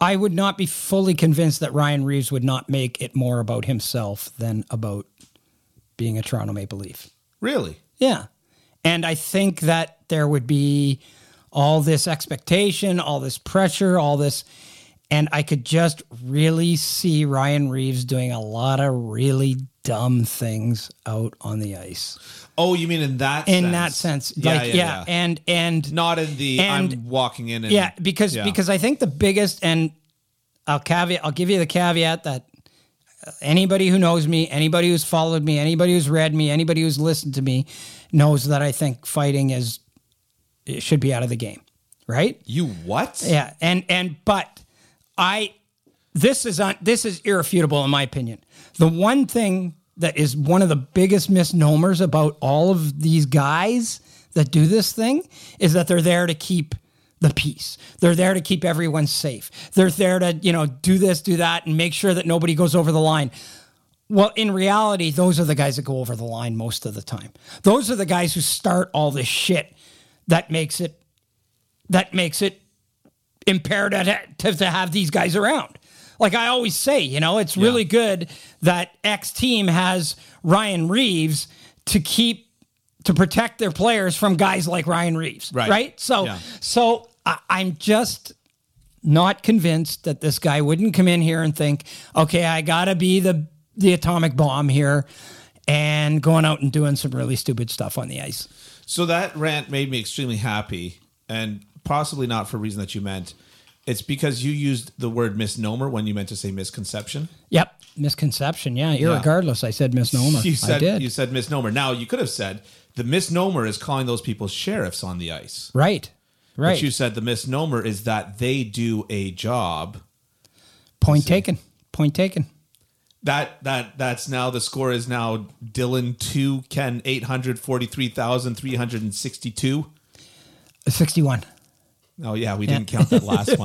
S1: I would not be fully convinced that Ryan Reeves would not make it more about himself than about being a Toronto Maple Leaf.
S2: Really?
S1: Yeah. And I think that there would be all this expectation, all this pressure, all this. And I could just really see Ryan Reeves doing a lot of really dumb things out on the ice.
S2: Oh, you mean in that
S1: In
S2: sense.
S1: that sense.
S2: Yeah,
S1: like, yeah,
S2: yeah, yeah.
S1: And, and,
S2: Not in the I'm
S1: And-
S2: walking in and
S1: yeah, because,
S2: Yeah.
S1: because I think the biggest, and I'll caveat, I'll give you the caveat that anybody who knows me, anybody who's followed me, anybody who's read me, anybody who's listened to me knows that I think fighting is it should be out of the game, right?
S2: you what?
S1: Yeah, and and but I this is on this is irrefutable in my opinion. The one thing that is one of the biggest misnomers about all of these guys that do this thing is that they're there to keep the peace. They're there to keep everyone safe. They're there to, you know, do this, do that, and make sure that nobody goes over the line. Well, in reality, those are the guys that go over the line most of the time. Those are the guys who start all this shit that makes it that makes it imperative to, to have these guys around. Like I always say, you know, it's really good that X team has Ryan Reeves to keep to protect their players from guys like Ryan Reeves.
S2: Right.
S1: Right. So
S2: Yeah.
S1: so I, I'm just not convinced that this guy wouldn't come in here and think, okay, I gotta be the the atomic bomb here and going out and doing some really stupid stuff on the ice.
S2: So that rant made me extremely happy, and possibly not for a reason that you meant. It's because you used the word misnomer when you meant to say misconception.
S1: Yep. Misconception. Yeah. Irregardless, I said misnomer.
S2: You said
S1: I did.
S2: you said misnomer. Now you could have said the misnomer is calling those people sheriffs on the ice.
S1: right. Right.
S2: But you said the misnomer is that they do a job.
S1: Point taken. Point taken.
S2: That that that's now the score is now Dylan two Ken eight hundred forty three thousand three hundred and sixty two.
S1: 61.
S2: Oh yeah, we didn't count that last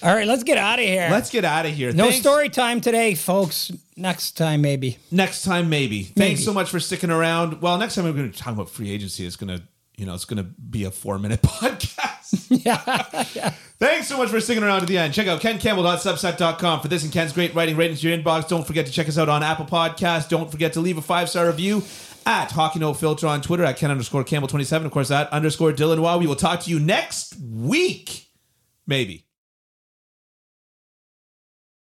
S2: one.
S1: All right, let's get out of here.
S2: Let's get out of here.
S1: no
S2: Thanks.
S1: story time today, folks. Next time, maybe.
S2: Next time, maybe.
S1: Maybe.
S2: Thanks so much for sticking around. Well, next time we're going to talk about free agency. It's going to, you know, it's going to be a four minute podcast. Thanks so much for sticking around to the end. Check out kencampbell.substack.com for this and Ken's great writing right into your inbox. Don't forget to check us out on Apple Podcasts. Don't forget to leave a five star review at Hockey Note Filter on Twitter at Ken underscore Campbell 27. Of course, at underscore Dylan Wow. We will talk to you next week, maybe.